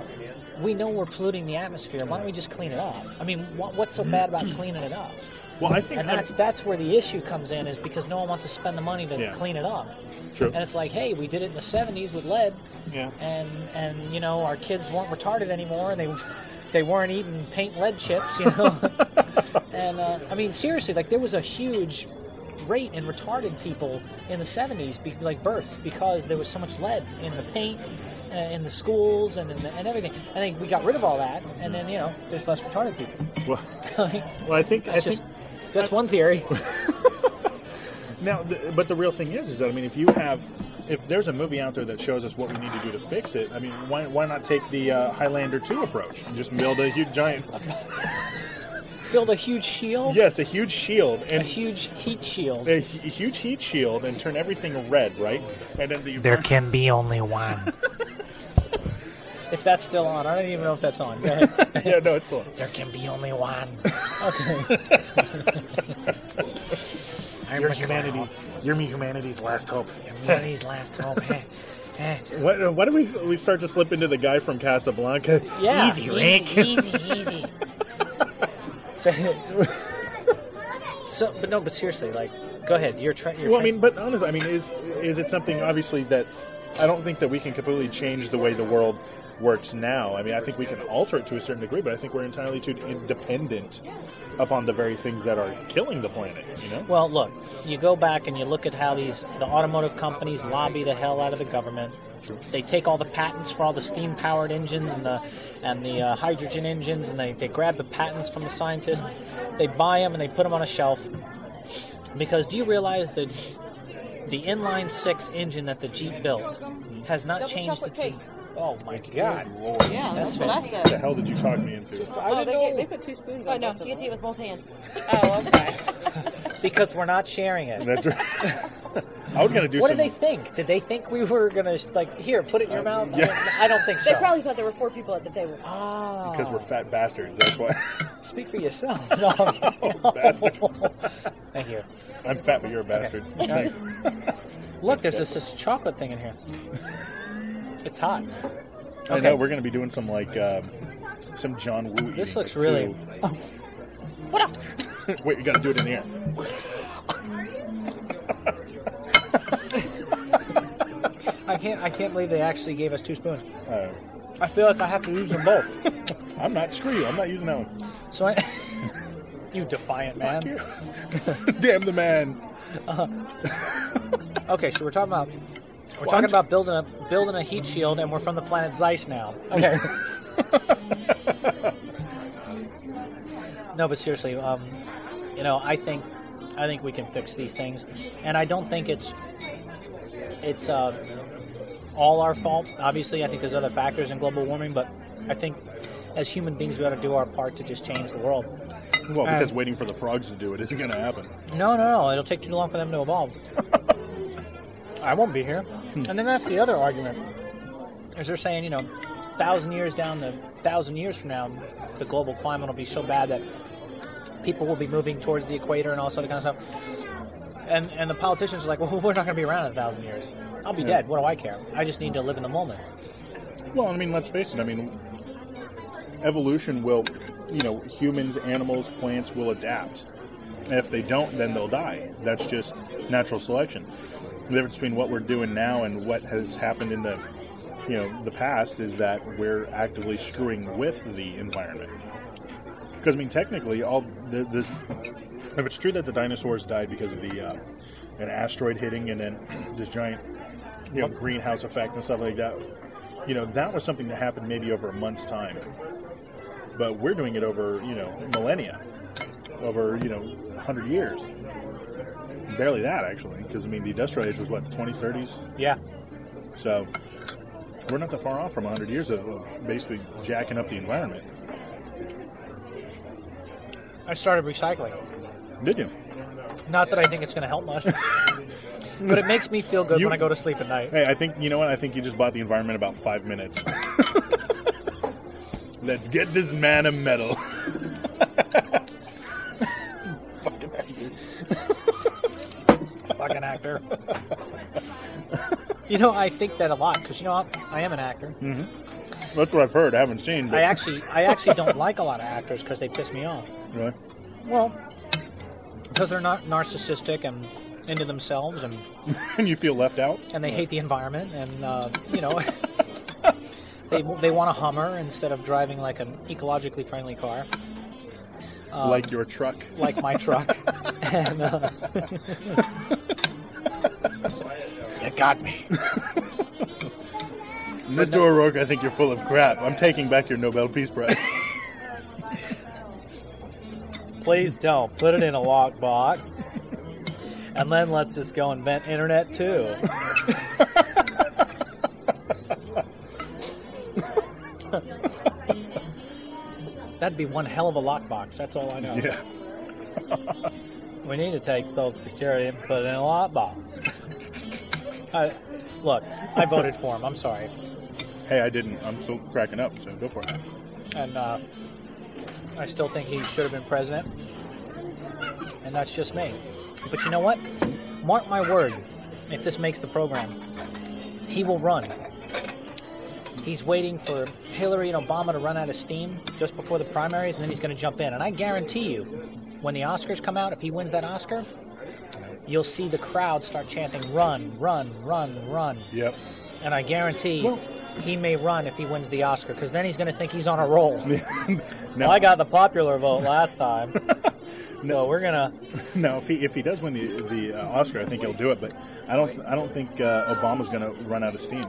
[SPEAKER 3] We know we're polluting the atmosphere. Why don't we just clean it up? I mean, wha- what's so bad about cleaning it up?
[SPEAKER 4] Well, I think
[SPEAKER 3] And that's that's where the issue comes in, is because no one wants to spend the money to
[SPEAKER 4] Yeah.
[SPEAKER 3] clean it up.
[SPEAKER 4] true.
[SPEAKER 3] And it's like, hey, we did it in the '70s with lead,
[SPEAKER 4] Yeah.
[SPEAKER 3] and and you know our kids weren't retarded anymore, and they they weren't eating paint lead chips, you know. and uh, I mean, seriously, like there was a huge rate in retarded people in the '70s, be, like births, because there was so much lead in the paint, uh, in the schools, and in the, and everything. I think we got rid of all that, and then you know there's less retarded people.
[SPEAKER 4] Well,
[SPEAKER 3] Like,
[SPEAKER 4] well, I think I
[SPEAKER 3] that's
[SPEAKER 4] think
[SPEAKER 3] just that's one theory.
[SPEAKER 4] Now, the, but the real thing is, is that I mean, if you have, if there's a movie out there that shows us what we need to do to fix it, I mean, why, why not take the uh, Highlander two approach and just build a huge giant,
[SPEAKER 3] Build a huge shield,
[SPEAKER 4] yes, a huge shield
[SPEAKER 3] a
[SPEAKER 4] and
[SPEAKER 3] huge heat shield.
[SPEAKER 4] a, hu- huge heat shield and turn everything red, right? And then the
[SPEAKER 3] can be only one. if that's still on, I don't even know if that's on. Go ahead.
[SPEAKER 4] yeah, no, it's a
[SPEAKER 3] there can be only one. Okay. I'm
[SPEAKER 4] You're
[SPEAKER 3] a clown.
[SPEAKER 4] humanity's. You're me, humanity's last hope.
[SPEAKER 3] Humanity's last hope. Eh, eh.
[SPEAKER 4] What, uh, why do we we start to slip into the guy from Casablanca?
[SPEAKER 3] Yeah,
[SPEAKER 4] easy, Rick.
[SPEAKER 3] Easy, easy. easy. so, so, but no, but seriously, like, go ahead. You're trying. You're
[SPEAKER 4] well, I
[SPEAKER 3] try-
[SPEAKER 4] mean, but honestly, I mean, is is it something? Obviously, that I don't think that we can completely change the way the world works now. I mean, I think we can alter it to a certain degree, but I think we're entirely too independent upon the very things that are killing the planet. You know.
[SPEAKER 3] Well, look, you go back and you look at how these the automotive companies lobby the hell out of the government. They take all the patents for all the steam-powered engines and the and the uh, hydrogen engines, and they, they grab the patents from the scientists. They buy them and they put them on a shelf. Because do you realize that the inline six engine that the Jeep built has not
[SPEAKER 5] Double
[SPEAKER 3] changed
[SPEAKER 5] chocolate Oh,
[SPEAKER 3] its
[SPEAKER 5] cakes.
[SPEAKER 3] oh my god!
[SPEAKER 4] Lord, what
[SPEAKER 10] Yeah, that's,
[SPEAKER 3] That's
[SPEAKER 10] what I
[SPEAKER 3] fair.
[SPEAKER 4] the
[SPEAKER 10] said.
[SPEAKER 4] hell did you talk me into?
[SPEAKER 10] Oh, they, get, they put two spoons
[SPEAKER 5] Oh
[SPEAKER 10] on
[SPEAKER 5] no,
[SPEAKER 10] both of
[SPEAKER 5] you get to
[SPEAKER 10] them.
[SPEAKER 5] eat with both hands.
[SPEAKER 10] Oh, okay.
[SPEAKER 3] Because we're not sharing it.
[SPEAKER 4] That's right. I was gonna do
[SPEAKER 3] What
[SPEAKER 4] some.
[SPEAKER 3] did they think? Did they think we were gonna like here? Put it in your mouth. I don't- I don't think so.
[SPEAKER 5] They probably thought there were four people at the table.
[SPEAKER 3] Ah.
[SPEAKER 4] because we're fat bastards. That's why.
[SPEAKER 3] Speak for yourself. No, I'm kidding.
[SPEAKER 4] Bastard.
[SPEAKER 3] Thank you.
[SPEAKER 4] I'm fat, but you're a bastard. Thanks.
[SPEAKER 3] Look, there's this, this chocolate thing in here. It's hot.
[SPEAKER 4] I
[SPEAKER 3] Okay.
[SPEAKER 4] know we're gonna be doing some like um, some John Woo. eating
[SPEAKER 3] This looks
[SPEAKER 4] too.
[SPEAKER 3] really. Oh.
[SPEAKER 4] Wait, you gotta do it in the air.
[SPEAKER 3] I can't. I can't believe they actually gave us two spoons.
[SPEAKER 4] Uh,
[SPEAKER 3] I feel like I have to use them both.
[SPEAKER 4] I'm not. Screw you. I'm not using that one.
[SPEAKER 3] So I. you defiant man.
[SPEAKER 4] Damn the man.
[SPEAKER 3] Okay, so we're talking about we're talking about building a building a heat shield, and we're from the planet Zeiss now. Okay. no, but seriously, um, you know, I think I think we can fix these things, and I don't think it's it's uh, all our fault. Obviously, I think there's other factors in global warming, but I think as human beings, we ought to do our part to just change the world.
[SPEAKER 4] Well, because
[SPEAKER 3] Um,
[SPEAKER 4] waiting for the frogs to do it isn't gonna happen.
[SPEAKER 3] No, no, no. It'll take too long for them to evolve. I won't be here. And then that's the other argument. Is they're saying, you know, thousand years down the thousand years from now, the global climate will be so bad that people will be moving towards the equator and all sort of kind of stuff. And and the politicians are like, well, we're not going to be around in a thousand years. I'll be dead. What do I care? I just need to live in the moment.
[SPEAKER 4] Well, I mean, let's face it. I mean, evolution will, you know, humans, animals, plants will adapt. And if they don't, then they'll die. That's just natural selection. The difference between what we're doing now and what has happened in the, you know, the past is that we're actively screwing with the environment. Because I mean, technically, all the, this, if it's true that the dinosaurs died because of the uh, an asteroid hitting and then this giant, you know, greenhouse effect and stuff like that, you know, that was something that happened maybe over a month's time. But we're doing it over, you know, millennia, over, you know, 100 years. Barely that, actually, because, I mean, the industrial age was, what, the 20s, 30s?
[SPEAKER 3] Yeah.
[SPEAKER 4] So we're not that far off from 100 years of, of basically jacking up the environment.
[SPEAKER 3] I started recycling.
[SPEAKER 4] Did you?
[SPEAKER 3] Not that I think it's going to help much, but it makes me feel good
[SPEAKER 4] You-
[SPEAKER 3] when I go to sleep at night.
[SPEAKER 4] Hey, I think, you know what? I think you just bought the environment about five minutes. Let's get this man a medal.
[SPEAKER 3] fucking actor. you know, I think that a lot because you know I am an actor.
[SPEAKER 4] That's what I've heard. I haven't seen. But,
[SPEAKER 3] I actually, I actually don't like a lot of actors because they piss me off.
[SPEAKER 4] Really?
[SPEAKER 3] Well, because they're not narcissistic and into themselves, and
[SPEAKER 4] and you feel left out?
[SPEAKER 3] and they hate the environment, and uh, you know, they they want a Hummer instead of driving like an ecologically friendly car,
[SPEAKER 4] like your truck.
[SPEAKER 3] like my truck. and, uh, you got me.
[SPEAKER 4] Mr. O'Rourke, I think you're full of crap. I'm taking back your Nobel Peace Prize.
[SPEAKER 3] Please don't put it in a lockbox. And then let's just go invent internet too. That'd be one hell of a lockbox. That's all I know.
[SPEAKER 4] yeah.
[SPEAKER 3] We need to take Social Security and put it in a lockbox. I, look, I voted for him. I'm sorry.
[SPEAKER 4] Hey, I didn't. I'm still cracking up, so go for it.
[SPEAKER 3] and uh, I still think he should have been president. And that's just me. But you know what? Mark my word, if this makes the program, he will run. He's waiting for Hillary and Obama to run out of steam just before the primaries, and then he's going to jump in. And I guarantee you, when the Oscars come out, if he wins that Oscar, you'll see the crowd start chanting, run, run, run, run.
[SPEAKER 4] Yep.
[SPEAKER 3] And I guarantee he may run if he wins the Oscar, because then he's going to think he's on a roll. well, I got the popular vote last time. No, we're gonna.
[SPEAKER 4] No, if he if he does win the the uh, Oscar, I think he'll do it. But I don't I don't think uh, Obama's going to run out of steam.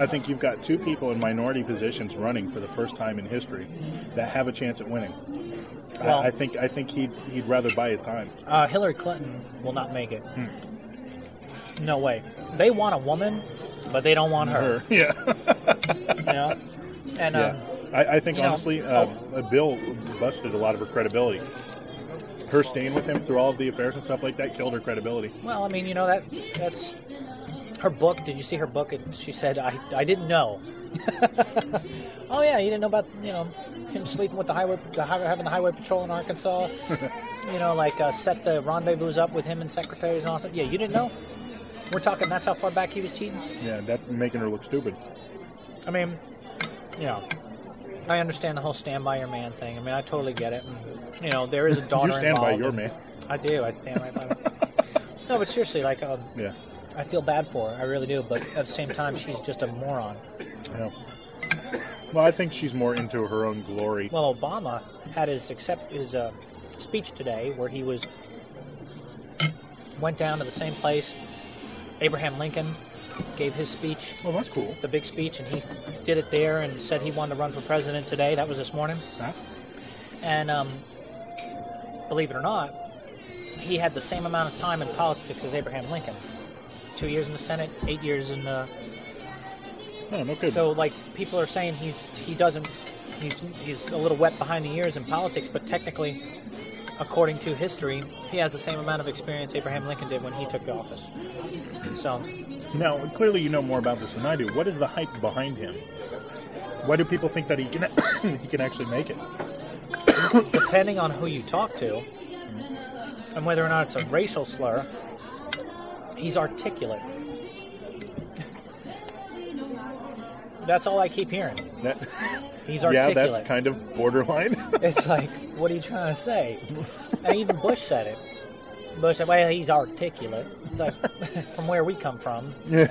[SPEAKER 4] I think you've got two people in minority positions running for the first time in history that have a chance at winning. I-
[SPEAKER 3] Well-
[SPEAKER 4] I, think I think he'd he'd rather buy his time.
[SPEAKER 3] Uh, Hillary Clinton will not make it. No way. They want a woman, but they don't want Hmm. her.
[SPEAKER 4] Yeah.
[SPEAKER 3] you know? And
[SPEAKER 4] yeah.
[SPEAKER 3] um,
[SPEAKER 4] I, I think
[SPEAKER 3] you know,
[SPEAKER 4] honestly, uh, Bill busted a lot of her credibility. Her staying with him through all of the affairs and stuff like that killed her credibility.
[SPEAKER 3] Well, I mean, you know that that's her book. Did you see her book? And she said, "I I didn't know." oh yeah, you didn't know about you know him sleeping with the highway, the highway having the highway patrol in Arkansas. you know, like uh, set the rendezvous up with him and secretaries and all that. Yeah, you didn't know. We're talking. That's how far back he was cheating.
[SPEAKER 4] Yeah, that making her look stupid.
[SPEAKER 3] I mean, you know, I understand the whole stand by your man thing. I mean, I totally get it. And, you know, there is a daughter.
[SPEAKER 4] stand by
[SPEAKER 3] involved,
[SPEAKER 4] your
[SPEAKER 3] and-
[SPEAKER 4] man.
[SPEAKER 3] I do. I stand right by. my No, but seriously, like, um,
[SPEAKER 4] Yeah.
[SPEAKER 3] I feel bad for her. I really do. But at the same time, she's just a moron.
[SPEAKER 4] Yeah. Well, I think she's more into her own glory.
[SPEAKER 3] Well, Obama had his accept his uh, speech today, where he was went down to the same place. Abraham Lincoln gave his speech.
[SPEAKER 4] Oh, that's cool.
[SPEAKER 3] The big speech, and he did it there, and said he wanted to run for president today. That was this morning.
[SPEAKER 4] Huh?
[SPEAKER 3] And um, believe it or not, he had the same amount of time in politics as Abraham Lincoln. Two years in the Senate, eight years in the.
[SPEAKER 4] Oh, no kidding.
[SPEAKER 3] So like people are saying he's he doesn't he's he's a little wet behind the ears in politics, but technically, according to history, he has the same amount of experience Abraham Lincoln did when he took the office. So
[SPEAKER 4] Now, clearly, you know more about this than I do. What is the hype behind him? Why do people think that he can he can actually make it?
[SPEAKER 3] depending on who you talk to, and whether or not it's a racial slur, he's articulate. That's all I keep hearing.
[SPEAKER 4] That,
[SPEAKER 3] He's
[SPEAKER 4] yeah,
[SPEAKER 3] articulate.
[SPEAKER 4] that's kind of borderline.
[SPEAKER 3] It's like, what are you trying to say? And even Bush said it. Bush said, well, he's articulate. It's like, from where we come from.
[SPEAKER 4] yeah,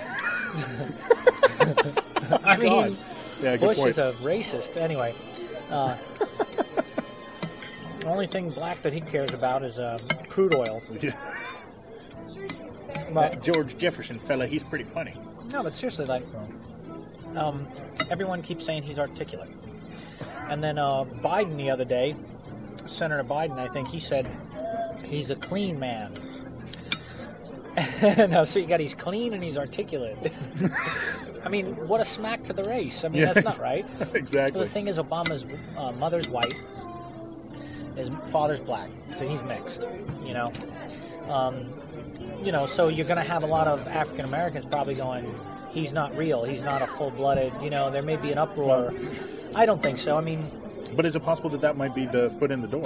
[SPEAKER 3] I mean,
[SPEAKER 4] good
[SPEAKER 3] Bush
[SPEAKER 4] point.
[SPEAKER 3] is a racist. Anyway, uh, the only thing black that he cares about is um, crude oil.
[SPEAKER 4] Yeah.
[SPEAKER 3] Well,
[SPEAKER 4] That George Jefferson fella, he's pretty funny.
[SPEAKER 3] No, but seriously, like, um, everyone keeps saying he's articulate. And then uh, Biden the other day, Senator Biden, I think he said he's a clean man. no, so you got he's clean and he's articulate. I mean, what a smack to the race. I mean,
[SPEAKER 4] Yeah,
[SPEAKER 3] that's not right.
[SPEAKER 4] exactly.
[SPEAKER 3] The thing is, Obama's uh, mother's white, his father's black, so he's mixed. You know, um, you know, so you're going to have a lot of African Americans probably going, "He's not real. He's not a full-blooded." You know, there may be an uproar. I don't think so. I mean,
[SPEAKER 4] But is it possible that that might be the foot in the door?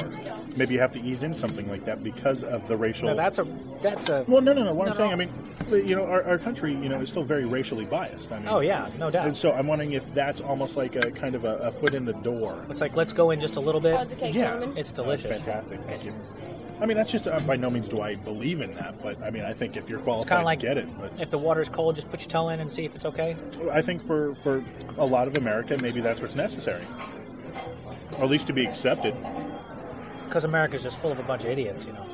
[SPEAKER 4] Maybe you have to ease in something like that because of the racial.
[SPEAKER 3] no, that's a that's a.
[SPEAKER 4] well, no, no, no. What
[SPEAKER 3] No,
[SPEAKER 4] I'm saying,
[SPEAKER 3] no.
[SPEAKER 4] I mean, you know, our, our country, you know, is still very racially biased. I mean,
[SPEAKER 3] Oh yeah, no
[SPEAKER 4] And
[SPEAKER 3] doubt.
[SPEAKER 4] so I'm wondering if that's almost like a kind of a, a foot in the door.
[SPEAKER 3] It's like let's go in just a little
[SPEAKER 10] How's
[SPEAKER 3] bit.
[SPEAKER 10] the cake,
[SPEAKER 4] Yeah.
[SPEAKER 10] gentlemen?
[SPEAKER 3] It's delicious.
[SPEAKER 4] That's fantastic. Thank you. I mean, that's just uh, by no means do I believe in that, but I mean, I think if you're
[SPEAKER 3] It's
[SPEAKER 4] qualified,
[SPEAKER 3] kind of like
[SPEAKER 4] get it. But
[SPEAKER 3] if the water's cold, just put your toe in and see if it's okay.
[SPEAKER 4] I think for for a lot of America, maybe that's what's necessary, or at least to be accepted.
[SPEAKER 3] Because America's just full of a bunch of idiots, you know.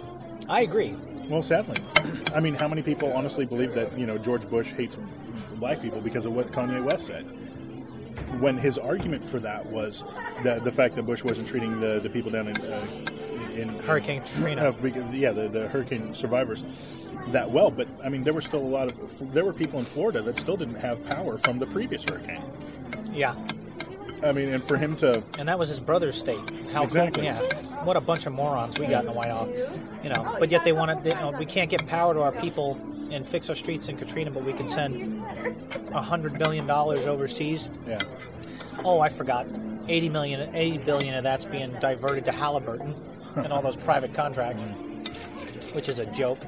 [SPEAKER 3] I agree.
[SPEAKER 4] Well, sadly, I mean, how many people honestly believe that you know George Bush hates black people because of what Kanye West said? When his argument for that was the the fact that Bush wasn't treating the, the people down in uh, in
[SPEAKER 3] Hurricane Katrina.
[SPEAKER 4] Uh, because- yeah, the, the hurricane survivors that well, but I mean, there were still a lot of there were people in Florida that still didn't have power from the previous hurricane.
[SPEAKER 3] Yeah,
[SPEAKER 4] I mean, and for him to
[SPEAKER 3] and that was his brother's state. How
[SPEAKER 4] Exactly.
[SPEAKER 3] yeah, what a bunch of morons we got in the White House, you know. But yet they want to. You know, we can't get power to our people and fix our streets in Katrina, but we can send a hundred billion dollars overseas.
[SPEAKER 4] yeah,
[SPEAKER 3] Oh, I forgot, eighty million, eighty billion of that's being diverted to Halliburton and all those private contracts. which is a joke.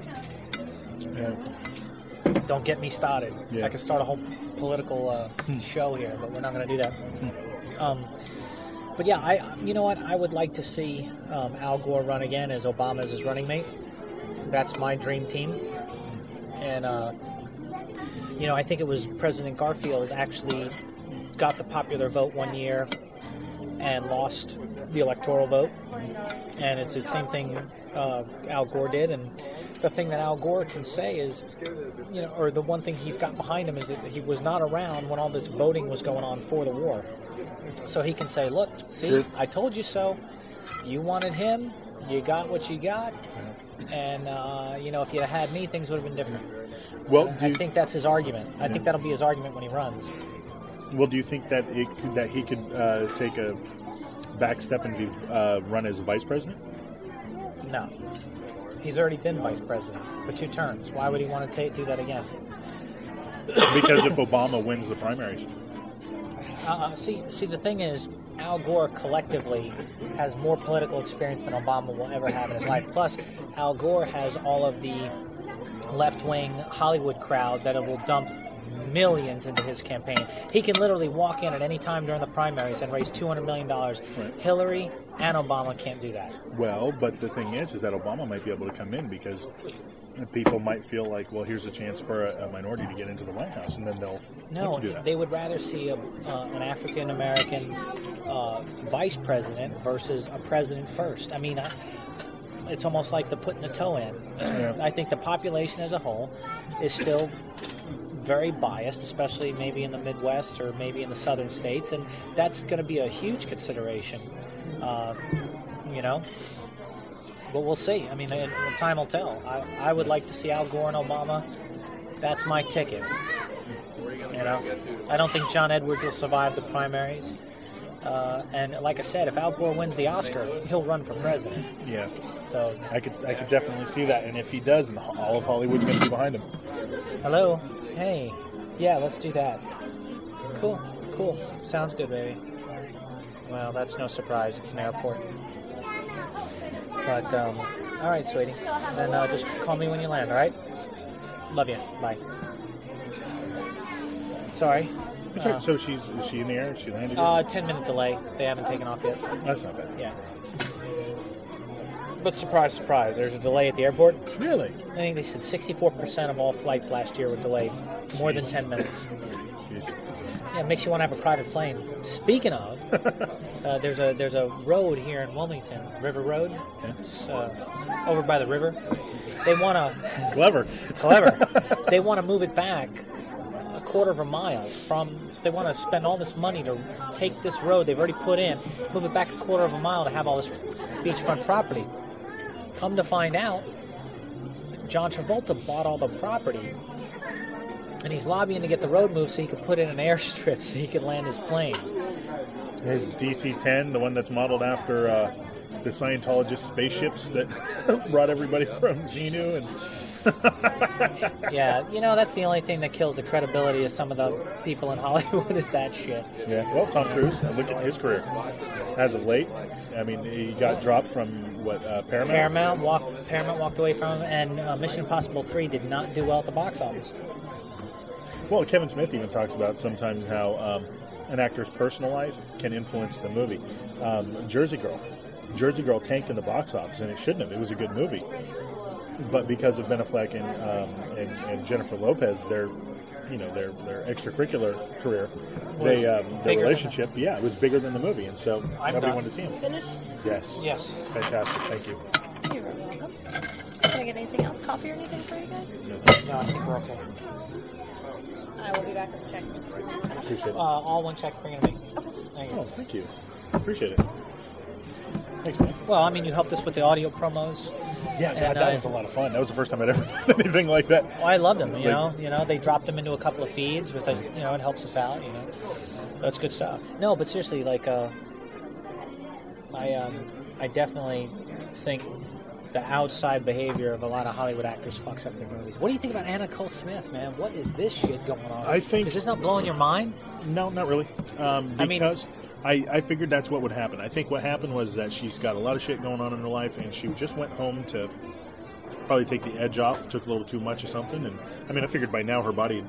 [SPEAKER 3] Don't get me started.
[SPEAKER 4] Yeah.
[SPEAKER 3] I could start a whole political uh, show here, but we're not going to do that. Um, but yeah, I you know what? I would like to see um, Al Gore run again as Obama as his running mate. That's my dream team. And uh, you know, I think it was President Garfield actually got the popular vote one year and lost the electoral vote. And it's the same thing uh, Al Gore did. And the thing that Al Gore can say is, you know, or the one thing he's got behind him is that he was not around when all this voting was going on for the war. So he can say, look, see,
[SPEAKER 11] Sure.
[SPEAKER 3] I told you so. You wanted him, you got what you got. And, uh, you know, if you had me, things would have been different.
[SPEAKER 4] Well,
[SPEAKER 3] I think that's his argument. I think that'll be his argument when he runs.
[SPEAKER 4] Well, do you think that it, that he could uh, take a back step and be uh, run as vice president?
[SPEAKER 3] No. He's already been vice president for two terms. Why would he want to ta do that again?
[SPEAKER 4] Because if Obama wins the primaries,
[SPEAKER 3] Uh, uh, see, see, the thing is, Al Gore collectively has more political experience than Obama will ever have in his life. Plus, Al Gore has all of the left-wing Hollywood crowd that will dump millions into his campaign. He can literally walk in at any time during the primaries and raise two hundred million dollars. Hillary and Obama can't do that.
[SPEAKER 4] well, but the thing is, is that Obama might be able to come in because people might feel like, well, here's a chance for a, a minority to get into the White House, and then they'll
[SPEAKER 3] No,
[SPEAKER 4] they can do that.
[SPEAKER 3] they would rather see a, uh, an African American uh, vice president versus a president first. I mean, I, it's almost like the putting the toe in.
[SPEAKER 4] Yeah.
[SPEAKER 3] I think the population as a whole is still very biased, especially maybe in the Midwest or maybe in the southern states, and that's going to be a huge consideration. Uh, you know, but we'll see. I mean, and- and time will tell. I, I would like to see Al Gore and Obama. That's my ticket. You know, I don't think John Edwards will survive the primaries. Uh, and like I said, if Al Gore wins the Oscar, he'll run for president.
[SPEAKER 4] yeah.
[SPEAKER 3] So
[SPEAKER 4] I could I could definitely see that, and if he does, then all of Hollywood's going to be behind him.
[SPEAKER 3] Hello. Hey. Yeah, let's do that. Cool. Cool. Sounds good, baby. Well, that's no surprise. It's an airport. But, um, all right, sweetie. Then uh, just call me when you land, all right? Love you. Bye. Sorry.
[SPEAKER 4] That's right. so she's is she in the air? She landed.
[SPEAKER 3] Uh, 10 minute delay. They haven't taken off yet.
[SPEAKER 4] That's not bad.
[SPEAKER 3] Yeah. But surprise, surprise, there's a delay at the airport.
[SPEAKER 4] Really?
[SPEAKER 3] I think they said 64% of all flights last year were delayed. More than 10 minutes. Yeah, it makes you want to have a private plane. Speaking of, uh, there's a there's a road here in Wilmington, River Road. It's uh, over by the river. They want to
[SPEAKER 4] clever,
[SPEAKER 3] clever. they want to move it back a quarter of a mile from. So they want to spend all this money to take this road they've already put in, move it back a quarter of a mile to have all this beachfront property. Come to find out, John Travolta bought all the property and he's lobbying to get the road moved so he can put in an airstrip so he can land his plane.
[SPEAKER 4] There's DC-10, the one that's modeled after uh, the Scientologist spaceships that brought everybody from Xenu and
[SPEAKER 3] Yeah, you know that's the only thing that kills the credibility of some of the people in Hollywood is that shit.
[SPEAKER 4] yeah. Well, Tom Cruise. uh, Look at his career as of late. I mean, he got dropped from what uh, Paramount.
[SPEAKER 3] Paramount walked Paramount walked away from him, and uh, Mission Impossible Three did not do well at the box office.
[SPEAKER 4] Well, Kevin Smith even talks about sometimes how um, an actor's personal life can influence the movie. Um, Jersey Girl. Jersey Girl tanked in the box office, and it shouldn't have. It was a good movie. But because of Ben Affleck and, um, and, and Jennifer Lopez, their, you know, their, their extracurricular career,
[SPEAKER 3] Was
[SPEAKER 4] they, um, their
[SPEAKER 3] bigger than
[SPEAKER 4] relationship, yeah, it was bigger than the movie, and so
[SPEAKER 3] I'm
[SPEAKER 4] nobody
[SPEAKER 3] done.
[SPEAKER 4] wanted to see him.
[SPEAKER 12] Finish.
[SPEAKER 4] Yes.
[SPEAKER 3] Yes.
[SPEAKER 4] Fantastic. Thank you.
[SPEAKER 12] You're welcome. Can I get anything else? Coffee or anything for you guys?
[SPEAKER 3] No, I think we're okay.
[SPEAKER 12] I will be back with the check. in just a minute.
[SPEAKER 4] Appreciate
[SPEAKER 3] Uh,
[SPEAKER 4] it.
[SPEAKER 3] all one check, bring it to me. Thank you.
[SPEAKER 4] Oh, thank you. Appreciate it. Thanks, man.
[SPEAKER 3] Well, I mean, you helped us with the audio promos.
[SPEAKER 4] Yeah, God,
[SPEAKER 3] and,
[SPEAKER 4] that
[SPEAKER 3] uh,
[SPEAKER 4] was a lot of fun. That was the first time I'd ever done anything like that.
[SPEAKER 3] Well, Oh, I loved them. You
[SPEAKER 4] Like-
[SPEAKER 3] know, you know, they dropped them into a couple of feeds with us. You know, it helps us out. You know, that's good stuff. No, but seriously, like, uh, I, um, I definitely think the outside behavior of a lot of Hollywood actors fucks up their movies. What do you think about Anna Cole Smith, man? What is this shit going on?
[SPEAKER 4] I think-
[SPEAKER 3] is this not blowing your mind?
[SPEAKER 4] No, not really. Um,
[SPEAKER 3] I mean-
[SPEAKER 4] because I, I, figured that's what would happen. I think what happened was that she's got a lot of shit going on in her life, and she just went home to probably take the edge off. Took a little too much of something, and I mean, I figured by now her body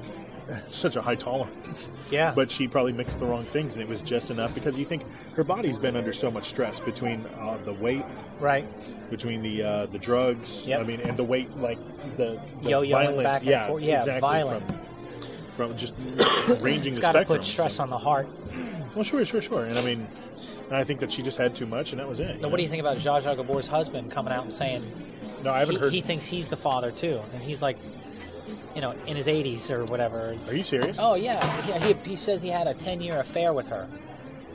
[SPEAKER 4] had such a high tolerance.
[SPEAKER 3] Yeah.
[SPEAKER 4] But she probably mixed the wrong things, and it was just enough because you think her body's been under so much stress between uh, the weight,
[SPEAKER 3] right,
[SPEAKER 4] between the uh, the drugs.
[SPEAKER 3] Yep.
[SPEAKER 4] I mean, and the weight like the, the
[SPEAKER 3] Yo-yoing
[SPEAKER 4] violence.
[SPEAKER 3] back and
[SPEAKER 4] yeah,
[SPEAKER 3] forth. Yeah,
[SPEAKER 4] exactly,
[SPEAKER 3] violent.
[SPEAKER 4] From, from just ranging
[SPEAKER 3] It's
[SPEAKER 4] the
[SPEAKER 3] gotta
[SPEAKER 4] spectrum.
[SPEAKER 3] put stress on the heart.
[SPEAKER 4] Well, sure, sure, sure. And I mean, and I think that she just had too much, and that was it.
[SPEAKER 3] Now, what do you think about Zsa Zsa Gabor's husband coming out and saying?
[SPEAKER 4] No, I haven't
[SPEAKER 3] he,
[SPEAKER 4] heard-
[SPEAKER 3] He thinks he's the father too, and he's like, you know, in his 80s or whatever. It's-
[SPEAKER 4] Are you serious?
[SPEAKER 3] Oh yeah, yeah. He, he says he had a 10-year affair with her,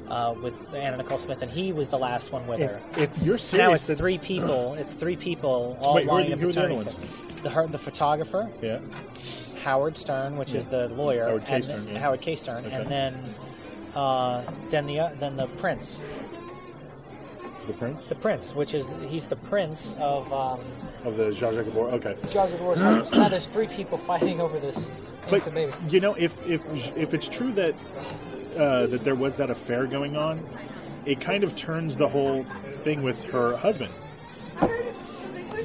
[SPEAKER 3] uh, with Anna Nicole Smith, and he was the last one with
[SPEAKER 4] If-
[SPEAKER 3] her.
[SPEAKER 4] if you're
[SPEAKER 3] So now
[SPEAKER 4] serious,
[SPEAKER 3] it's three people. It's three people all
[SPEAKER 4] Wait, who are
[SPEAKER 3] lying
[SPEAKER 4] the-
[SPEAKER 3] in
[SPEAKER 4] who are the other
[SPEAKER 3] paternity. test. The her, the photographer,
[SPEAKER 4] Yeah.
[SPEAKER 3] Howard Stern, which is the
[SPEAKER 4] Yeah.
[SPEAKER 3] lawyer,
[SPEAKER 4] Howard K.
[SPEAKER 3] and
[SPEAKER 4] Stern, yeah.
[SPEAKER 3] Howard K. Stern,
[SPEAKER 4] Okay.
[SPEAKER 3] and then uh, then the uh, then the prince,
[SPEAKER 4] The prince
[SPEAKER 3] the prince, which is he's the prince of um,
[SPEAKER 4] of the Zsa Zsa Gabor. Okay.
[SPEAKER 3] Jaws of the War's Harvest. Now there's three people fighting over this infant baby.
[SPEAKER 4] You know, if if if it's true that uh, that there was that affair going on, it kind of turns the whole thing with her husband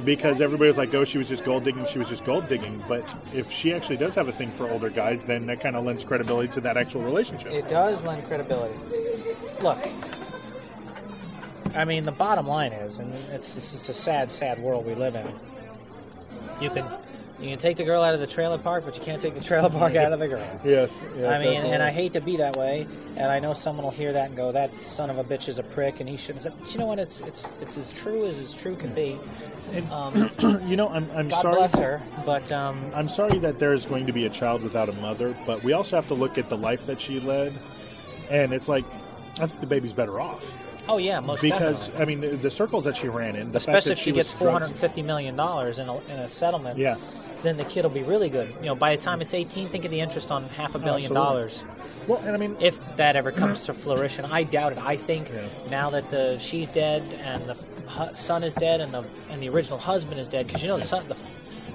[SPEAKER 4] because everybody was like, "Oh, she was just gold digging. She was just gold digging." But if she actually does have a thing for older guys, then that kind of lends credibility to that actual relationship.
[SPEAKER 3] It does lend credibility. Look, I mean, the bottom line is, and it's it's just a sad, sad world we live in. You can you can take the girl out of the trailer park, but you can't take the trailer park out of the girl.
[SPEAKER 4] Yes,
[SPEAKER 3] I mean, and I hate to be that way, and I know someone will hear that and go, "That son of a bitch is a prick," and he shouldn't. have said-" But you know what? It's it's it's as true as as true can be. Um,
[SPEAKER 4] you know, I'm I'm
[SPEAKER 3] God
[SPEAKER 4] sorry.
[SPEAKER 3] bless her, but um,
[SPEAKER 4] I'm sorry that there's going to be a child without a mother, but we also have to look at the life that she led, and it's like, I think the baby's better off
[SPEAKER 3] oh yeah, most
[SPEAKER 4] because
[SPEAKER 3] definitely.
[SPEAKER 4] I mean the, the circles that she ran in, the fact
[SPEAKER 3] especially
[SPEAKER 4] that
[SPEAKER 3] if she
[SPEAKER 4] was
[SPEAKER 3] gets four
[SPEAKER 4] drugged-
[SPEAKER 3] hundred fifty million dollars in a, in a settlement.
[SPEAKER 4] Yeah.
[SPEAKER 3] then the kid will be really good. You know, by the time it's eighteen, think of the interest on half a billion
[SPEAKER 4] absolutely.
[SPEAKER 3] dollars.
[SPEAKER 4] Well, and I mean,
[SPEAKER 3] if that ever comes to fruition, I doubt it. I think now that the she's dead and the hu- son is dead and the and the original husband is dead, because you know the son the,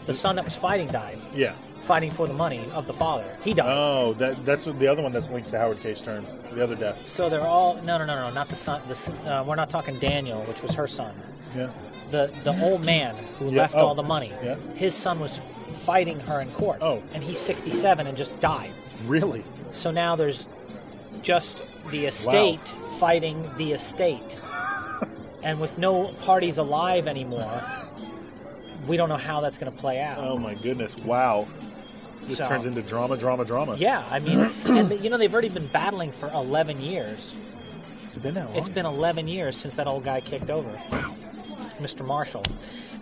[SPEAKER 3] the son that was fighting died,
[SPEAKER 4] Yeah.
[SPEAKER 3] fighting for the money of the father. He died.
[SPEAKER 4] Oh, that that's the other one that's linked to Howard K. Stern, the other death.
[SPEAKER 3] So they're all no, no, no, no, not the son. The, s- uh, we're not talking Daniel, which was her son.
[SPEAKER 4] Yeah.
[SPEAKER 3] The the old man who
[SPEAKER 4] Yeah,
[SPEAKER 3] left
[SPEAKER 4] oh,
[SPEAKER 3] all the money.
[SPEAKER 4] yeah.
[SPEAKER 3] His son was fighting her in court.
[SPEAKER 4] Oh.
[SPEAKER 3] And he's 67 and just died.
[SPEAKER 4] Really?
[SPEAKER 3] So now there's just the estate fighting the estate, and with no parties alive anymore, we don't know how that's going to play out.
[SPEAKER 4] Oh my goodness! Wow, this
[SPEAKER 3] So-
[SPEAKER 4] turns into drama, drama, drama.
[SPEAKER 3] Yeah, I mean, and you know they've already been battling for 11 years.
[SPEAKER 4] Has it been that long?
[SPEAKER 3] It's been 11 years since that old guy kicked over, Mr. Marshall,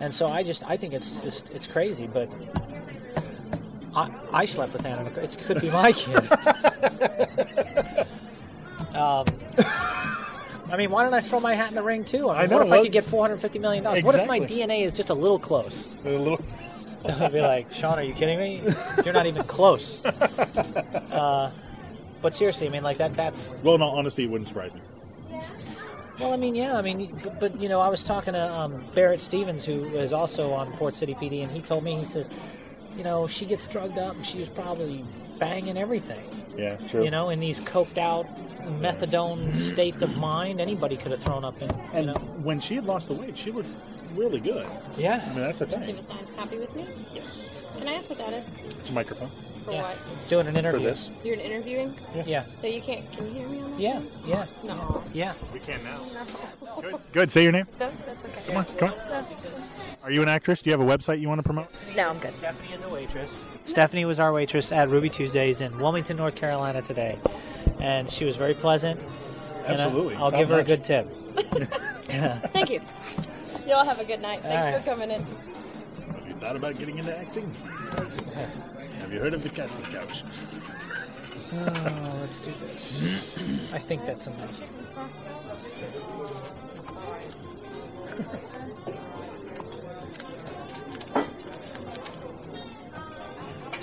[SPEAKER 3] and so I just I think it's just it's crazy. But I I slept with Anna. Nicole. It could be my kid. um, I mean, why don't I throw my hat in the ring too? I, mean,
[SPEAKER 4] I know,
[SPEAKER 3] What if I
[SPEAKER 4] well-
[SPEAKER 3] could get 450 million dollars? What if my
[SPEAKER 4] Exactly.
[SPEAKER 3] DNA is just a little close?
[SPEAKER 4] a little.
[SPEAKER 3] I'd be like, Sean, are you kidding me? You're not even close. Uh, but seriously, I mean, like that—that's
[SPEAKER 4] Well, in all honesty, it wouldn't surprise me.
[SPEAKER 3] Well, I mean, yeah, I mean, but, but you know, I was talking to um, Barrett Stevens, who is also on Port City PD, and he told me, he says, you know, she gets drugged up and she was probably banging everything,
[SPEAKER 4] Yeah, true.
[SPEAKER 3] you know, in these coked out methadone state of mind anybody could have thrown up in, you
[SPEAKER 4] and
[SPEAKER 3] know.
[SPEAKER 4] when she had lost the weight, she looked really good. I mean,
[SPEAKER 3] Yeah.
[SPEAKER 4] that's the
[SPEAKER 12] Leave
[SPEAKER 4] thing.
[SPEAKER 12] a signed copy with me.
[SPEAKER 4] Yes.
[SPEAKER 12] Can I ask what that is?
[SPEAKER 4] It's a microphone
[SPEAKER 12] For
[SPEAKER 3] Yeah.
[SPEAKER 12] what?
[SPEAKER 3] Doing an
[SPEAKER 4] for
[SPEAKER 3] interview.
[SPEAKER 4] this.
[SPEAKER 12] You're an interviewing,
[SPEAKER 3] Yeah.
[SPEAKER 12] so you can't. Can you hear me on that?
[SPEAKER 3] Yeah. Yeah.
[SPEAKER 12] No.
[SPEAKER 3] Yeah.
[SPEAKER 4] We can now.
[SPEAKER 12] No.
[SPEAKER 4] Good. Good. Say your name.
[SPEAKER 12] That's okay.
[SPEAKER 4] Come on. Come on. Are you an actress? Do you have a website you want to promote?
[SPEAKER 12] No, I'm good.
[SPEAKER 3] Stephanie is a waitress. Stephanie was our waitress at Ruby Tuesdays in Wilmington, North Carolina today, and she was very pleasant. and, uh,
[SPEAKER 4] Absolutely.
[SPEAKER 3] I'll
[SPEAKER 4] Top
[SPEAKER 3] give her a
[SPEAKER 4] notch.
[SPEAKER 3] good tip.
[SPEAKER 12] Thank you. Y'all have a good night. Thanks
[SPEAKER 3] All right.
[SPEAKER 12] for coming in.
[SPEAKER 4] Have you thought about getting into acting? have you heard of the casting couch?
[SPEAKER 3] Oh, let's do this. I think that's enough.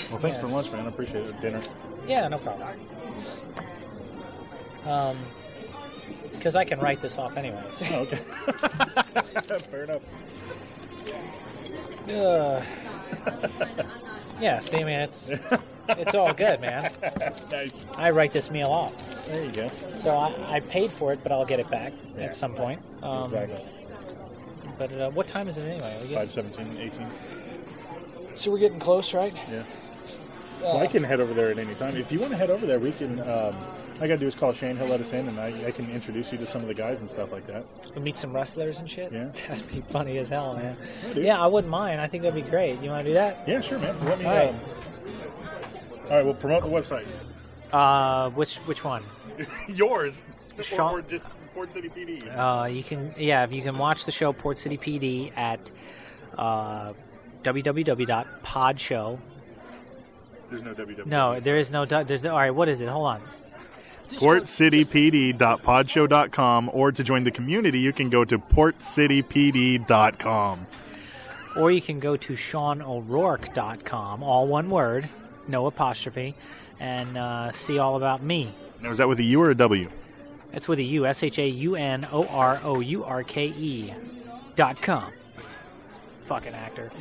[SPEAKER 4] Well, thanks
[SPEAKER 3] Yeah.
[SPEAKER 4] for lunch, man. I appreciate it. Dinner.
[SPEAKER 3] Yeah, no problem. Um, because I can write this off anyways.
[SPEAKER 4] Oh, okay. Fair enough.
[SPEAKER 3] Ugh. yeah, see, I mean, it's it's all good, man.
[SPEAKER 4] nice.
[SPEAKER 3] I write this meal off,
[SPEAKER 4] There you go.
[SPEAKER 3] so I, I paid for it, but I'll get it back
[SPEAKER 4] Yeah.
[SPEAKER 3] at some point. Um,
[SPEAKER 4] exactly.
[SPEAKER 3] But uh, what time is it anyway? Are we getting-
[SPEAKER 4] 517, 18.
[SPEAKER 3] So we're getting close, right?
[SPEAKER 4] Yeah. Well, I can head over there at any time. If you want to head over there, we can. Um, all I got to do is call Shane. He'll let us in, and I, I can introduce you to some of the guys and stuff like that.
[SPEAKER 3] We meet some wrestlers and shit.
[SPEAKER 4] Yeah.
[SPEAKER 3] That'd be funny as hell, man. Yeah, I wouldn't mind. I think that'd be great. You want to do that?
[SPEAKER 4] Yeah, sure, man. Let me.
[SPEAKER 3] All right.
[SPEAKER 4] Um, all right. We'll promote the website.
[SPEAKER 3] Uh, which which one?
[SPEAKER 4] Yours.
[SPEAKER 3] Sean-
[SPEAKER 4] Or, or just Port City PD.
[SPEAKER 3] Uh, you can yeah, if you can watch the show Port City PD at uh, www.podshow.
[SPEAKER 4] There's no E. WWE.
[SPEAKER 3] No, there is no. dot- There's no, all right. What is it? Hold on.
[SPEAKER 4] PortCityPD.podshow.com, or to join the community, you can go to PortCityPD.com.
[SPEAKER 3] Or you can go to SeanO'Rourke.com, all one word, no apostrophe, and uh, see all about me.
[SPEAKER 4] Now, is that with a U or a W?
[SPEAKER 3] That's with a U, S H A U N O R O U R K E dot com. Fucking actor.